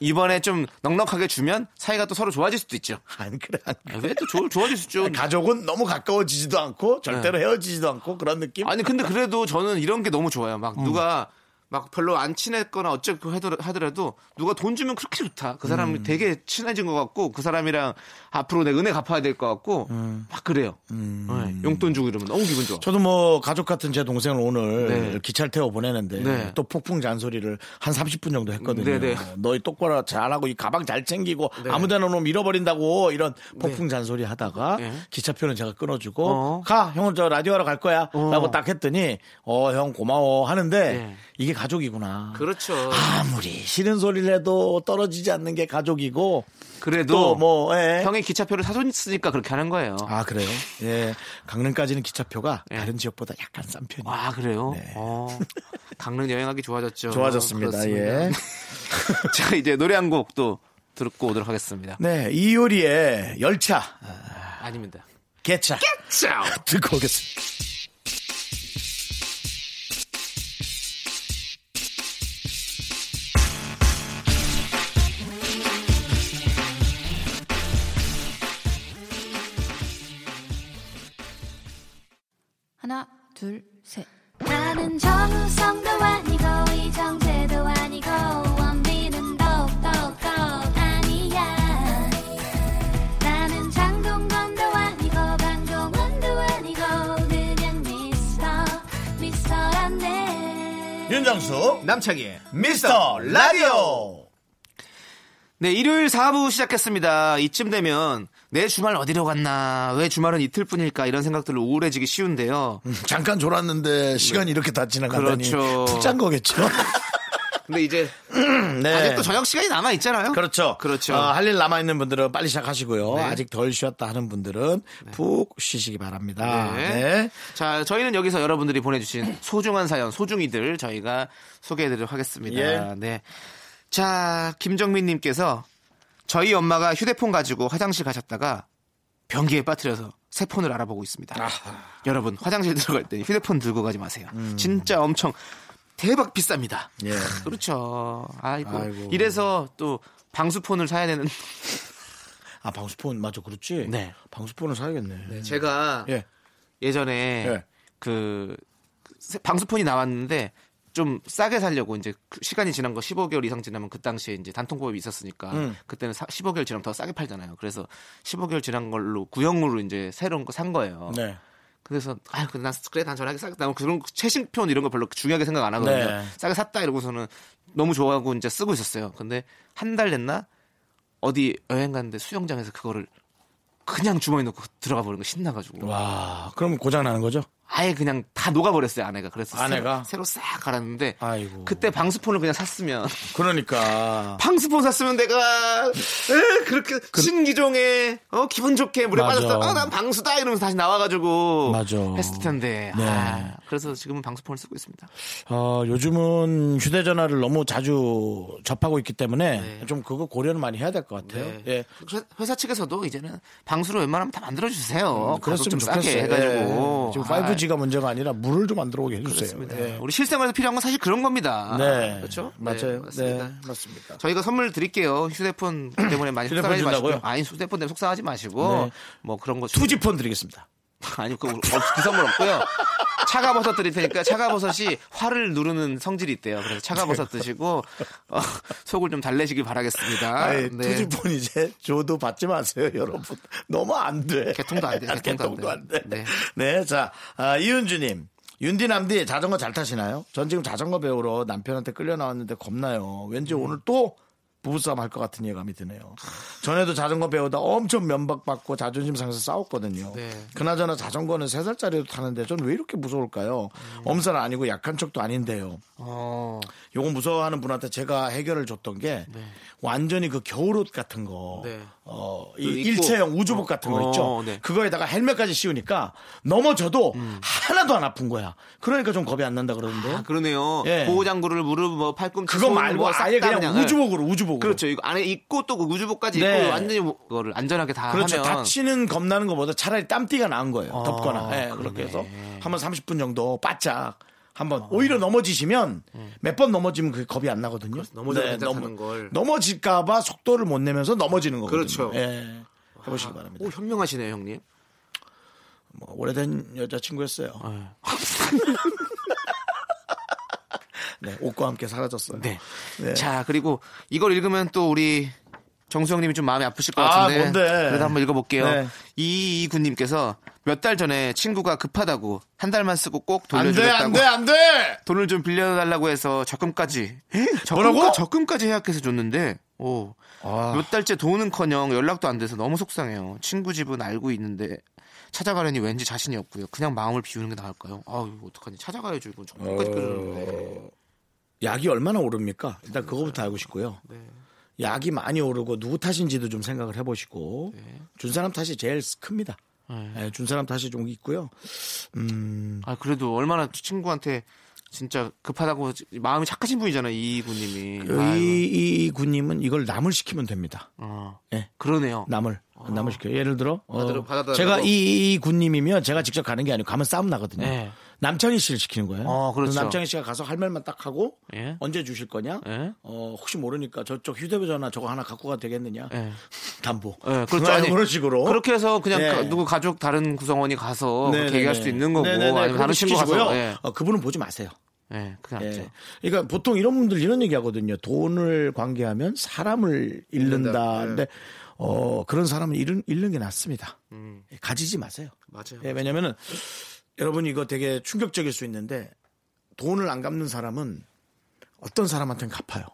[SPEAKER 2] 이번에 좀 넉넉하게 주면 사이가 또 서로 좋아질 수도 있죠.
[SPEAKER 1] 안 그래. 안 그래.
[SPEAKER 2] 왜 또 좋아질 수 있죠?
[SPEAKER 1] 가족은 너무 가까워지지도 않고 절대로
[SPEAKER 2] 네.
[SPEAKER 1] 헤어지지도 않고 그런 느낌?
[SPEAKER 2] 아니 근데 그래도 저는 이런 게 너무 좋아요. 막 누가 막 별로 안 친했거나 어쩌고 하더라- 하더라도 누가 돈 주면 그렇게 좋다. 그 사람이 되게 친해진 것 같고 그 사람이랑 앞으로 내 은혜 갚아야 될 것 같고 막 그래요. 네, 용돈 주고 이러면 너무 기분 좋아.
[SPEAKER 1] 저도 뭐 가족 같은 제 동생을 오늘
[SPEAKER 2] 네.
[SPEAKER 1] 기차를 태워 보내는데
[SPEAKER 2] 네.
[SPEAKER 1] 또 폭풍 잔소리를 한 30분 정도 했거든요.
[SPEAKER 2] 네, 네.
[SPEAKER 1] 너희 똑바로 잘하고 이 가방 잘 챙기고 아무데나 놓으면 잃어버린다고 이런 폭풍 잔소리 하다가
[SPEAKER 2] 네.
[SPEAKER 1] 기차표는 제가 끊어주고
[SPEAKER 2] 어.
[SPEAKER 1] 가 형은 저 라디오 하러 갈 거야
[SPEAKER 2] 어.
[SPEAKER 1] 라고 딱 했더니 어 형 고마워 하는데
[SPEAKER 2] 네.
[SPEAKER 1] 이게 가족이구나.
[SPEAKER 2] 그렇죠.
[SPEAKER 1] 아무리 싫은 소리를 해도 떨어지지 않는 게 가족이고
[SPEAKER 2] 그래도
[SPEAKER 1] 또 뭐 예.
[SPEAKER 2] 형이 기차표를 사줬으니까 그렇게 하는 거예요.
[SPEAKER 1] 아 그래요? 예 강릉까지는 기차표가
[SPEAKER 2] 예.
[SPEAKER 1] 다른 지역보다 약간 싼 편이에요.
[SPEAKER 2] 아 그래요?
[SPEAKER 1] 네.
[SPEAKER 2] 어, 강릉 여행하기
[SPEAKER 1] 어,
[SPEAKER 2] 좋아졌죠.
[SPEAKER 1] 좋아졌습니다.
[SPEAKER 2] 그렇습니다.
[SPEAKER 1] 예.
[SPEAKER 2] 자 이제 노래 한 곡 또 듣고 오도록 하겠습니다.
[SPEAKER 1] 네, 이효리의 열차,
[SPEAKER 2] 아닙니다.
[SPEAKER 1] 개차
[SPEAKER 2] 자.
[SPEAKER 1] 듣고 오겠습니다.
[SPEAKER 6] 나는 정우성도 아니고 이정재도
[SPEAKER 1] 윤정수
[SPEAKER 2] 남창희의
[SPEAKER 1] 네. 미스터 라디오
[SPEAKER 2] 네, 일요일 4부 시작했습니다. 이쯤 되면 내 주말 어디로 갔나, 왜 주말은 이틀뿐일까 이런 생각들로 우울해지기 쉬운데요.
[SPEAKER 1] 음, 잠깐 졸았는데 시간이 이렇게 다 지나간다니
[SPEAKER 2] 그렇죠.
[SPEAKER 1] 푹 잔 거겠죠
[SPEAKER 2] 근데 이제
[SPEAKER 1] 네.
[SPEAKER 2] 아직도 저녁 시간이 남아 있잖아요.
[SPEAKER 1] 그렇죠. 네.
[SPEAKER 2] 그렇죠.
[SPEAKER 1] 할 일 남아있는 분들은 빨리 시작하시고요. 아직 덜 쉬었다 하는 분들은 푹 쉬시기 바랍니다. 네.
[SPEAKER 2] 네. 자, 저희는 여기서 여러분들이 보내주신 소중한 사연, 소중이들 저희가 소개해드리도록 하겠습니다.
[SPEAKER 1] 예.
[SPEAKER 2] 네. 자, 김정민님께서 저희 엄마가 휴대폰 가지고 화장실 가셨다가 변기에 빠뜨려서 새 폰을 알아보고 있습니다. 여러분, 화장실 들어갈 때 휴대폰 들고 가지 마세요. 진짜 엄청 대박 비쌉니다.
[SPEAKER 1] 예.
[SPEAKER 2] 그렇죠. 아이고.
[SPEAKER 1] 아이고.
[SPEAKER 2] 이래서 또 방수폰을 사야 되는.
[SPEAKER 1] 아, 방수폰, 맞아, 그렇지?
[SPEAKER 2] 네.
[SPEAKER 1] 방수폰을 사야겠네.
[SPEAKER 2] 제가
[SPEAKER 1] 예.
[SPEAKER 2] 예전에
[SPEAKER 1] 예.
[SPEAKER 2] 그 세- 방수폰이 나왔는데 좀 싸게 살려고 이제 그 시간이 지난 거 15개월 이상 지나면 그 당시에 이제 단통법이 있었으니까
[SPEAKER 1] 음.
[SPEAKER 2] 그때는 사- 15개월 지나면 더 싸게 팔잖아요. 그래서 15개월 지난 걸로 구형으로 이제 새로운 거 산 거예요.
[SPEAKER 1] 네.
[SPEAKER 2] 그래서 아 그래 난 그래 난 전화기 싸게 나면 그런 최신폰 이런 거 별로 중요하게 생각 안 하거든요.
[SPEAKER 1] 네.
[SPEAKER 2] 싸게 샀다 이러고서는 너무 좋아하고 이제 쓰고 있었어요. 근데 한 달 됐나 어디 여행 갔는데 수영장에서 그거를 그냥 주머니 넣고 들어가 버린 거 신나가지고
[SPEAKER 1] 와, 그럼 고장나는 거죠?
[SPEAKER 2] 아예 그냥 다 녹아버렸어요 아내가 그래서
[SPEAKER 1] 아내가?
[SPEAKER 2] 새로, 새로 싹 갈았는데
[SPEAKER 1] 아이고.
[SPEAKER 2] 그때 방수폰을 그냥 샀으면
[SPEAKER 1] 그러니까.
[SPEAKER 2] 방수폰 샀으면 내가 에, 그렇게 신기종에 어, 기분 좋게 물에
[SPEAKER 1] 맞아.
[SPEAKER 2] 빠졌다 아, 난 방수다 이러면서 다시 나와가지고
[SPEAKER 1] 맞아.
[SPEAKER 2] 했을 텐데
[SPEAKER 1] 네.
[SPEAKER 2] 아, 그래서 지금은 방수폰을 쓰고 있습니다
[SPEAKER 1] 어, 요즘은 휴대전화를 너무 자주 접하고 있기 때문에 좀 그거 고려는 많이 해야 될 것 같아요.
[SPEAKER 2] 네.
[SPEAKER 1] 예.
[SPEAKER 2] 그래서 회사 측에서도 이제는 방수로 웬만하면 다 만들어주세요 가격
[SPEAKER 1] 음, 그랬으면
[SPEAKER 2] 좀
[SPEAKER 1] 좋겠어요.
[SPEAKER 2] 싸게 해가지고
[SPEAKER 1] 예. 지금
[SPEAKER 2] 아,
[SPEAKER 1] 5G가 문제가 아니라 물을 좀 안 들어오게 해주세요.
[SPEAKER 2] 그렇습니다.
[SPEAKER 1] 예.
[SPEAKER 2] 아, 우리 실생활에서 필요한 건 사실 그런 겁니다
[SPEAKER 1] 네.
[SPEAKER 2] 그렇죠 네,
[SPEAKER 1] 맞아요. 네.
[SPEAKER 2] 맞습니다.
[SPEAKER 1] 맞습니다.
[SPEAKER 2] 저희가 선물 드릴게요. 휴대폰 때문에 많이
[SPEAKER 1] 휴대폰
[SPEAKER 2] 속상하지 마시고.
[SPEAKER 1] 준다고요?
[SPEAKER 2] 아니, 휴대폰 때문에 속상하지 마시고.
[SPEAKER 1] 네.
[SPEAKER 2] 뭐 그런 거. 주-
[SPEAKER 1] 투지폰 드리겠습니다.
[SPEAKER 2] 아니, 그, 없- 그 선물 없고요. 차가버섯 드릴 테니까 차가버섯이 화를 누르는 성질이 있대요. 그래서
[SPEAKER 1] 네.
[SPEAKER 2] 차가버섯 드시고, 어, 속을 좀 달래시길 바라겠습니다.
[SPEAKER 1] 아니,
[SPEAKER 2] 네.
[SPEAKER 1] 투지폰 이제 줘도 받지 마세요, 여러분. 너무 안 돼.
[SPEAKER 2] 개통도 안 돼, 개통도 안
[SPEAKER 1] 개통도 안 돼.
[SPEAKER 2] 돼.
[SPEAKER 1] 네. 자, 아, 이은주님. 윤디남디 자전거 잘 타시나요? 전 지금 자전거 배우러 남편한테 끌려 나왔는데 겁나요.
[SPEAKER 2] 음.
[SPEAKER 1] 왠지 오늘 또 부부싸움 할 것 같은 예감이 드네요. 전에도 자전거 배우다 엄청 면박받고 자존심 상해서 싸웠거든요.
[SPEAKER 2] 네.
[SPEAKER 1] 그나저나 자전거는 세살짜리도 타는데 전 왜 이렇게 무서울까요?
[SPEAKER 2] 음.
[SPEAKER 1] 엄살 아니고 약한 척도 아닌데요.
[SPEAKER 2] 어,
[SPEAKER 1] 요거 무서워하는 분한테 제가 해결을 줬던 게 완전히 그 겨울옷 같은 거,
[SPEAKER 2] 네.
[SPEAKER 1] 어, 이
[SPEAKER 2] 그 입고-
[SPEAKER 1] 일체형 우주복 같은 거
[SPEAKER 2] 어,
[SPEAKER 1] 있죠.
[SPEAKER 2] 네. 음.
[SPEAKER 1] 그거에다가 헬멧까지 씌우니까 넘어져도 하나도 안 아픈 거야. 그러니까 좀 겁이 안 난다 그러는데.
[SPEAKER 2] 아, 그러네요.
[SPEAKER 1] 예.
[SPEAKER 2] 보호장구를 무릎, 뭐, 팔꿈치.
[SPEAKER 1] 그거
[SPEAKER 2] 손,
[SPEAKER 1] 말고
[SPEAKER 2] 뭐
[SPEAKER 1] 아예
[SPEAKER 2] 싹다
[SPEAKER 1] 그냥, 우주복으로 우주복으로.
[SPEAKER 2] 그렇죠. 이거 안에 입고 또 그 우주복까지
[SPEAKER 1] 네.
[SPEAKER 2] 입고 완전히 뭐- 그거를 안전하게 다
[SPEAKER 1] 그렇죠.
[SPEAKER 2] 하면.
[SPEAKER 1] 다치는 겁나는 것보다 차라리 땀띠가 나은 거예요. 덥거나. 예, 그렇게
[SPEAKER 2] 아, 그러네.
[SPEAKER 1] 해서 한번 30분 정도 바짝 한번
[SPEAKER 2] 아.
[SPEAKER 1] 오히려 넘어지시면 몇 번 넘어지면 그게 겁이 안 나거든요.
[SPEAKER 2] 음. 그렇죠.
[SPEAKER 1] 네,
[SPEAKER 2] 넘어져서 괜찮다는 걸.
[SPEAKER 1] 넘어질까봐 속도를 못 내면서 넘어지는 거거든요.
[SPEAKER 2] 그렇죠. 아.
[SPEAKER 1] 예. 해보시기 바랍니다.
[SPEAKER 2] 오, 현명하시네요, 형님.
[SPEAKER 1] 뭐 오래된 여자친구였어요.
[SPEAKER 2] 아.
[SPEAKER 1] 네, 옷과 함께 사라졌어요.
[SPEAKER 2] 네. 자, 그리고 이걸 읽으면 또 우리 정수영님이 좀 마음이 아프실 것
[SPEAKER 1] 아,
[SPEAKER 2] 같은데.
[SPEAKER 1] 뭔데?
[SPEAKER 2] 그래도 한번 읽어볼게요.
[SPEAKER 1] 네.
[SPEAKER 2] 이이군님께서 몇 달 전에 친구가 급하다고 한 달만 쓰고 꼭
[SPEAKER 1] 안 돼,
[SPEAKER 2] 돌려주겠다고
[SPEAKER 1] 안 돼, 안 돼!
[SPEAKER 2] 돈을 좀 빌려달라고 해서 적금까지 에? 적금,
[SPEAKER 1] 뭐라고? 아.
[SPEAKER 2] 적금까지 해약해서 줬는데 오. 몇 달째 돈은커녕 연락도 안 돼서 너무 속상해요. 친구 집은 알고 있는데 찾아가려니 왠지 자신이 없고요. 그냥 마음을 비우는 게 나을까요? 아유 어떡하니 찾아가야죠 이건 적금까지
[SPEAKER 1] 어.
[SPEAKER 2] 끓여줬는데.
[SPEAKER 1] 약이 얼마나 오릅니까? 일단 그거부터 알고 싶고요.
[SPEAKER 2] 네.
[SPEAKER 1] 약이 많이 오르고 누구 탓인지도 좀 생각을 해보시고
[SPEAKER 2] 네.
[SPEAKER 1] 준 사람 탓이 제일 큽니다. 예, 준 사람 탓이 좀 있고요.
[SPEAKER 2] 아 그래도 얼마나 친구한테 진짜 급하다고 마음이 착하신 분이잖아요 이구님이. 아유,
[SPEAKER 1] 그 이, 이 군님은 이걸 남을 시키면 됩니다.
[SPEAKER 2] 어.
[SPEAKER 1] 예.
[SPEAKER 2] 그러네요.
[SPEAKER 1] 남을 남을 시켜. 예를 들어 어,
[SPEAKER 2] 아. 받으러- 받아달라고.
[SPEAKER 1] 제가 이, 이 군님이면 제가 직접 가는 게 아니고 가면 싸움 나거든요.
[SPEAKER 2] 네.
[SPEAKER 1] 남창희 씨를 시키는 거예요.
[SPEAKER 2] 어, 그렇죠.
[SPEAKER 1] 그래서 남창희 씨가 가서 할 말만 딱 하고
[SPEAKER 2] 예.
[SPEAKER 1] 언제 주실 거냐?
[SPEAKER 2] 예.
[SPEAKER 1] 어, 혹시 모르니까 저쪽 휴대전화 저거 하나 갖고 가도 되겠느냐?
[SPEAKER 2] 예.
[SPEAKER 1] 담보.
[SPEAKER 2] 예, 그렇죠.
[SPEAKER 1] 아니,
[SPEAKER 2] 아니,
[SPEAKER 1] 그런 식으로.
[SPEAKER 2] 그렇게 해서 그냥
[SPEAKER 1] 예.
[SPEAKER 2] 가- 누구 가족 다른 구성원이 가서
[SPEAKER 1] 네,
[SPEAKER 2] 뭐 그렇게
[SPEAKER 1] 네,
[SPEAKER 2] 얘기할
[SPEAKER 1] 네.
[SPEAKER 2] 수도 있는 거고
[SPEAKER 1] 네, 네, 네.
[SPEAKER 2] 아니면
[SPEAKER 1] 그렇게
[SPEAKER 2] 다른 친구
[SPEAKER 1] 시키시고요.
[SPEAKER 2] 가서 예.
[SPEAKER 1] 어, 그분은 보지 마세요.
[SPEAKER 2] 예, 그게
[SPEAKER 1] 예.
[SPEAKER 2] 낫죠.
[SPEAKER 1] 그러니까 보통 이런 분들 이런 얘기하거든요. 돈을 관계하면 사람을 잃는다.
[SPEAKER 2] 예.
[SPEAKER 1] 근데 어, 그런 사람은 잃은, 잃는 게 낫습니다. 예, 가지지 마세요.
[SPEAKER 2] 음. 맞아요.
[SPEAKER 1] 예, 왜냐면은 여러분 이거 되게 충격적일 수 있는데 돈을 안 갚는 사람은 어떤 사람한테는 갚아요.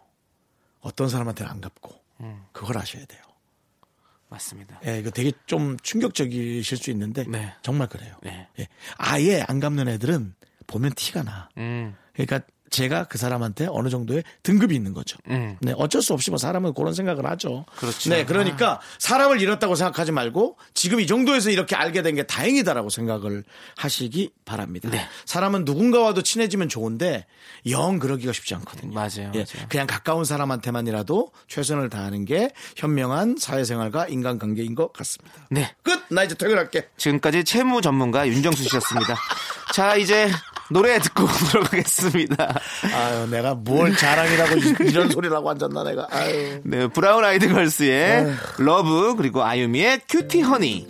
[SPEAKER 1] 어떤 사람한테는 안 갚고
[SPEAKER 2] 음.
[SPEAKER 1] 그걸 아셔야 돼요.
[SPEAKER 2] 맞습니다.
[SPEAKER 1] 예, 이거 되게 좀 충격적이실 수 있는데
[SPEAKER 2] 네.
[SPEAKER 1] 정말 그래요.
[SPEAKER 2] 네.
[SPEAKER 1] 예. 아예 안 갚는 애들은 보면 티가 나.
[SPEAKER 2] 음,
[SPEAKER 1] 그러니까 제가 그 사람한테 어느 정도의 등급이 있는 거죠.
[SPEAKER 2] 음.
[SPEAKER 1] 네, 어쩔 수 없이 뭐 사람은 그런 생각을 하죠.
[SPEAKER 2] 그렇죠.
[SPEAKER 1] 네, 그러니까 사람을 잃었다고 생각하지 말고 지금 이 정도에서 이렇게 알게 된 게 다행이다라고 생각을 하시기 바랍니다.
[SPEAKER 2] 네.
[SPEAKER 1] 사람은 누군가와도 친해지면 좋은데 영 그러기가 쉽지 않거든요.
[SPEAKER 2] 맞아요,
[SPEAKER 1] 예,
[SPEAKER 2] 맞아요.
[SPEAKER 1] 그냥 가까운 사람한테만이라도 최선을 다하는 게 현명한 사회생활과 인간관계인 것 같습니다.
[SPEAKER 2] 네.
[SPEAKER 1] 끝. 나 이제 퇴근할게.
[SPEAKER 2] 지금까지 채무 전문가 윤정수 씨였습니다. 자, 이제 노래 듣고 들어가겠습니다.
[SPEAKER 1] 아유, 내가 뭘 자랑이라고 이- 이런 소리라고 앉았나 내가. 아유.
[SPEAKER 2] 네, 브라운 아이드 걸스의
[SPEAKER 1] 네.
[SPEAKER 2] 러브 그리고 아유미의 큐티 허니.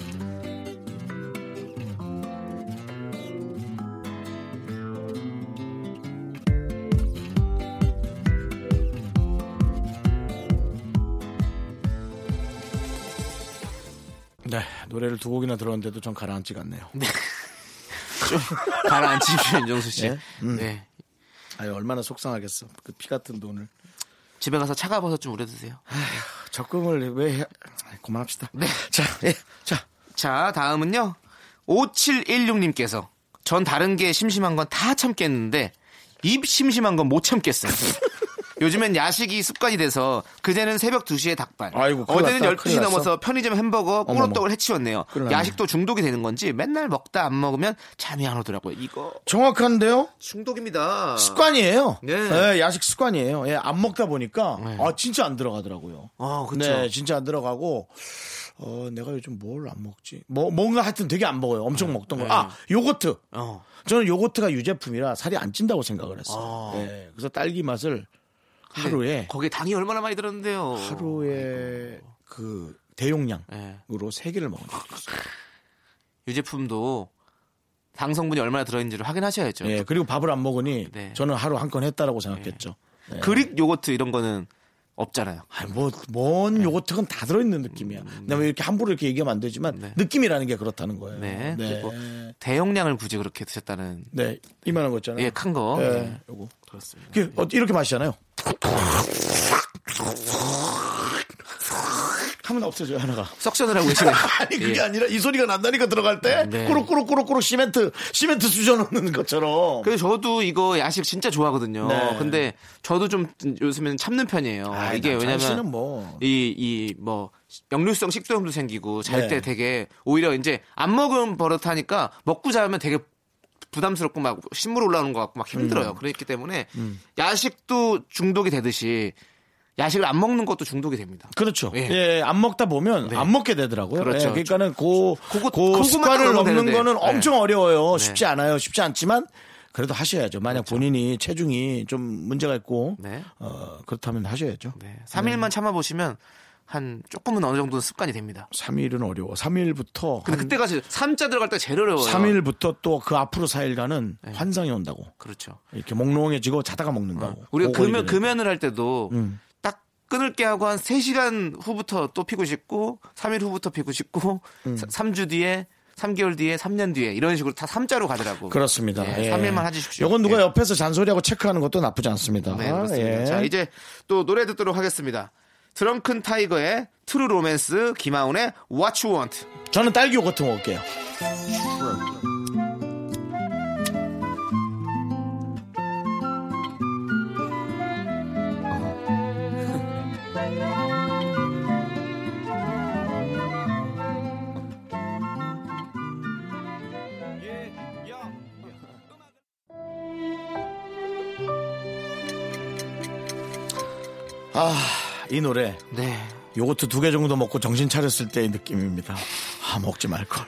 [SPEAKER 1] 네 노래를 두 곡이나 들었는데도 전 가라앉지가 않네요.
[SPEAKER 2] 좀 가라앉히십시오, 윤정수 씨.
[SPEAKER 1] 예? 음.
[SPEAKER 2] 네.
[SPEAKER 1] 아유 얼마나 속상하겠어. 그 피 같은 돈을
[SPEAKER 2] 집에 가서 차가버섯 좀 우려 드세요.
[SPEAKER 1] 적금을 왜 해? 아이, 그만합시다.
[SPEAKER 2] 네.
[SPEAKER 1] 자, 예. 자,
[SPEAKER 2] 자, 다음은요. 5716님께서 전 다른 게 심심한 건 다 참겠는데 입 심심한 건 못 참겠어요. 요즘엔 야식이 습관이 돼서 그제는 새벽 2시에 닭발.
[SPEAKER 1] 아이고, 큰일
[SPEAKER 2] 어제는
[SPEAKER 1] 났다,
[SPEAKER 2] 12시
[SPEAKER 1] 큰일 났어.
[SPEAKER 2] 넘어서 편의점 햄버거
[SPEAKER 1] 어머머.
[SPEAKER 2] 꾸러떡을 해치웠네요.
[SPEAKER 1] 큰일 났네.
[SPEAKER 2] 야식도 중독이 되는 건지 맨날 먹다 안 먹으면 잠이 안 오더라고요. 이거
[SPEAKER 1] 정확한데요.
[SPEAKER 2] 중독입니다.
[SPEAKER 1] 습관이에요.
[SPEAKER 2] 아. 네.
[SPEAKER 1] 예, 야식 습관이에요. 예, 안 먹다 보니까 아 진짜 안 들어가더라고요.
[SPEAKER 2] 아, 그쵸.
[SPEAKER 1] 네, 진짜 안 들어가고 어 내가 요즘 뭘 안 먹지? 뭐 뭔가 하여튼 되게 안 먹어요. 엄청
[SPEAKER 2] 네.
[SPEAKER 1] 먹던 거. 아 요거트.
[SPEAKER 2] 어.
[SPEAKER 1] 저는 요거트가 유제품이라 살이 안 찐다고 생각을 했어요.
[SPEAKER 2] 아.
[SPEAKER 1] 예, 그래서 딸기 맛을 하루에
[SPEAKER 2] 거기에 당이 얼마나 많이 들었는데요.
[SPEAKER 1] 하루에 그 대용량으로
[SPEAKER 2] 예. 아,
[SPEAKER 1] 세 개를 먹은 적이 있어요.
[SPEAKER 2] 유제품도 당 성분이 얼마나 들어있는지를 확인하셔야죠.
[SPEAKER 1] 예, 그리고 밥을 안 먹으니
[SPEAKER 2] 네. 예.
[SPEAKER 1] 저는 하루 한 건 했다라고 생각했죠. 네.
[SPEAKER 2] 그릭 요거트 이런 거는 없잖아요.
[SPEAKER 1] 아이, 뭐,
[SPEAKER 2] 예.
[SPEAKER 1] 뭔 요거트는 다 들어있는 느낌이야. 근데 왜 이렇게 함부로 이렇게 얘기하면 안 되지만
[SPEAKER 2] 음, 네.
[SPEAKER 1] 느낌이라는 게 그렇다는 거예요.
[SPEAKER 2] 네.
[SPEAKER 1] 네.
[SPEAKER 2] 그리고 대용량을 굳이 그렇게 드셨다는
[SPEAKER 1] 네, 이만한 거 있잖아요.
[SPEAKER 2] 예, 큰 거.
[SPEAKER 1] 예,
[SPEAKER 2] 네.
[SPEAKER 1] 요거.
[SPEAKER 2] 그렇습니다.
[SPEAKER 1] 이게 어, 이렇게 마시잖아요. 하면 없어져요, 하나가.
[SPEAKER 2] 석션을 하고 계시네요.
[SPEAKER 1] 아니 그게
[SPEAKER 2] 예.
[SPEAKER 1] 아니라 이 소리가 난다니까 들어갈 때
[SPEAKER 2] 네.
[SPEAKER 1] 꾸룩꾸룩꾸룩꾸룩 시멘트 시멘트 수저 넣는 것처럼
[SPEAKER 2] 그래서 저도 이거 야식 진짜 좋아하거든요.
[SPEAKER 1] 네.
[SPEAKER 2] 근데 저도 좀 요즘에는 참는 편이에요.
[SPEAKER 1] 아이,
[SPEAKER 2] 이게
[SPEAKER 1] 남창희 씨는
[SPEAKER 2] 왜냐면
[SPEAKER 1] 뭐.
[SPEAKER 2] 이 이 뭐 역류성 식도염도 생기고 잘
[SPEAKER 1] 네.
[SPEAKER 2] 때 되게 오히려 이제 안 먹은 버릇 하니까 먹고 자면 되게 부담스럽고 막 신물 올라오는 것 같고 막
[SPEAKER 1] 음.
[SPEAKER 2] 힘들어요. 그랬기 때문에 야식도 중독이 되듯이 야식을 안 먹는 것도 중독이 됩니다.
[SPEAKER 1] 그렇죠. 예.
[SPEAKER 2] 예. 네.
[SPEAKER 1] 안 먹다 보면 안 먹게 되더라고요.
[SPEAKER 2] 그렇죠.
[SPEAKER 1] 예, 그러니까는 그,
[SPEAKER 2] 그거-
[SPEAKER 1] 그
[SPEAKER 2] 그것만
[SPEAKER 1] 습관을
[SPEAKER 2] 안 하면
[SPEAKER 1] 넘는
[SPEAKER 2] 되는데.
[SPEAKER 1] 거는
[SPEAKER 2] 네. 그렇죠.
[SPEAKER 1] 엄청 어려워요. 쉽지 않아요. 쉽지 않지만 그래도 하셔야죠. 만약 본인이 체중이 좀 문제가 있고
[SPEAKER 2] 네.
[SPEAKER 1] 어, 그렇다면 하셔야죠.
[SPEAKER 2] 네. 3일만 참아보시면 한 조금은 어느 정도는 습관이 됩니다.
[SPEAKER 1] 삼일은 어려워. 삼일부터
[SPEAKER 2] 근데 그때가 제- 삼자 들어갈 때 제일 어려워요. 네.
[SPEAKER 1] 삼일부터 또 그 앞으로 사일간은 환상이 온다고.
[SPEAKER 2] 그렇죠.
[SPEAKER 1] 이렇게 몽롱해지고 자다가 먹는다고.
[SPEAKER 2] 어.
[SPEAKER 1] 어,
[SPEAKER 2] 우리가
[SPEAKER 1] 오거리
[SPEAKER 2] 금연,
[SPEAKER 1] 그래요.
[SPEAKER 2] 금연을 할 때도
[SPEAKER 1] 음.
[SPEAKER 2] 딱 끊을게 하고 한 3시간 후부터 또 피고 싶고 3일 후부터 피고 싶고
[SPEAKER 1] 음.
[SPEAKER 2] 삼 3주 뒤에 3개월 뒤에 3년 뒤에 이런 식으로 다 3자로 가더라고.
[SPEAKER 1] 그렇습니다.
[SPEAKER 2] 예, 3일만 해주십시오.
[SPEAKER 1] 이건 누가
[SPEAKER 2] 예.
[SPEAKER 1] 옆에서 잔소리하고 체크하는 것도 나쁘지 않습니다.
[SPEAKER 2] 네, 그렇습니다.
[SPEAKER 1] 예.
[SPEAKER 2] 자, 이제 또 노래 듣도록 하겠습니다. 드렁큰 타이거의 트루 로맨스, 김하운의 What You Want.
[SPEAKER 1] 저는 딸기 요거트 먹을게요. 아, 이 노래
[SPEAKER 2] 네.
[SPEAKER 1] 요거트 두 개 정도 먹고 정신 차렸을 때의 느낌입니다. 아, 먹지 말걸.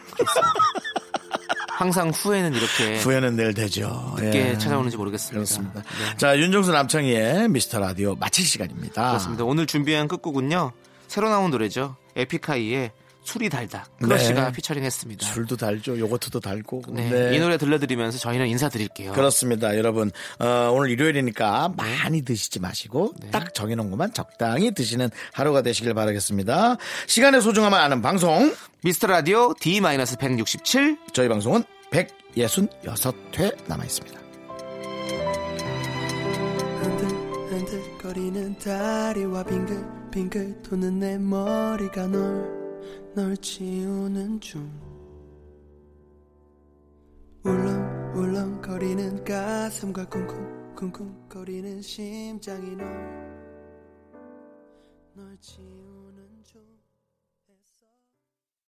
[SPEAKER 2] 항상 후회는 이렇게
[SPEAKER 1] 후회는 내일 되죠.
[SPEAKER 2] 예. 늦게
[SPEAKER 1] 예.
[SPEAKER 2] 찾아오는지 모르겠습니다.
[SPEAKER 1] 그렇습니다.
[SPEAKER 2] 네.
[SPEAKER 1] 자, 윤정수 남창희의 미스터 라디오 마칠 시간입니다.
[SPEAKER 2] 그렇습니다. 오늘 준비한 끝곡은요. 새로 나온 노래죠. 에픽하이의 술이 달다. 크러쉬가
[SPEAKER 1] 네.
[SPEAKER 2] 피처링했습니다.
[SPEAKER 1] 술도 달죠. 요거트도 달고.
[SPEAKER 2] 네.
[SPEAKER 1] 네.
[SPEAKER 2] 이 노래 들려드리면서 저희는 인사드릴게요.
[SPEAKER 1] 그렇습니다. 여러분, 어, 오늘 일요일이니까 많이 드시지 마시고
[SPEAKER 2] 네.
[SPEAKER 1] 딱 정해놓은 것만 적당히 드시는 하루가 되시길 바라겠습니다. 시간의 소중함을 아는 방송.
[SPEAKER 2] 미스터 라디오 D-167
[SPEAKER 1] 저희 방송은 166회 남아있습니다.
[SPEAKER 7] 거리는 다리와 빙글빙글 도는 내 머리가 널 널 지우는 중 울렁울렁 거리는 가슴과 쿵쿵 쿵쿵 거리는 심장이 널 널 지우는 중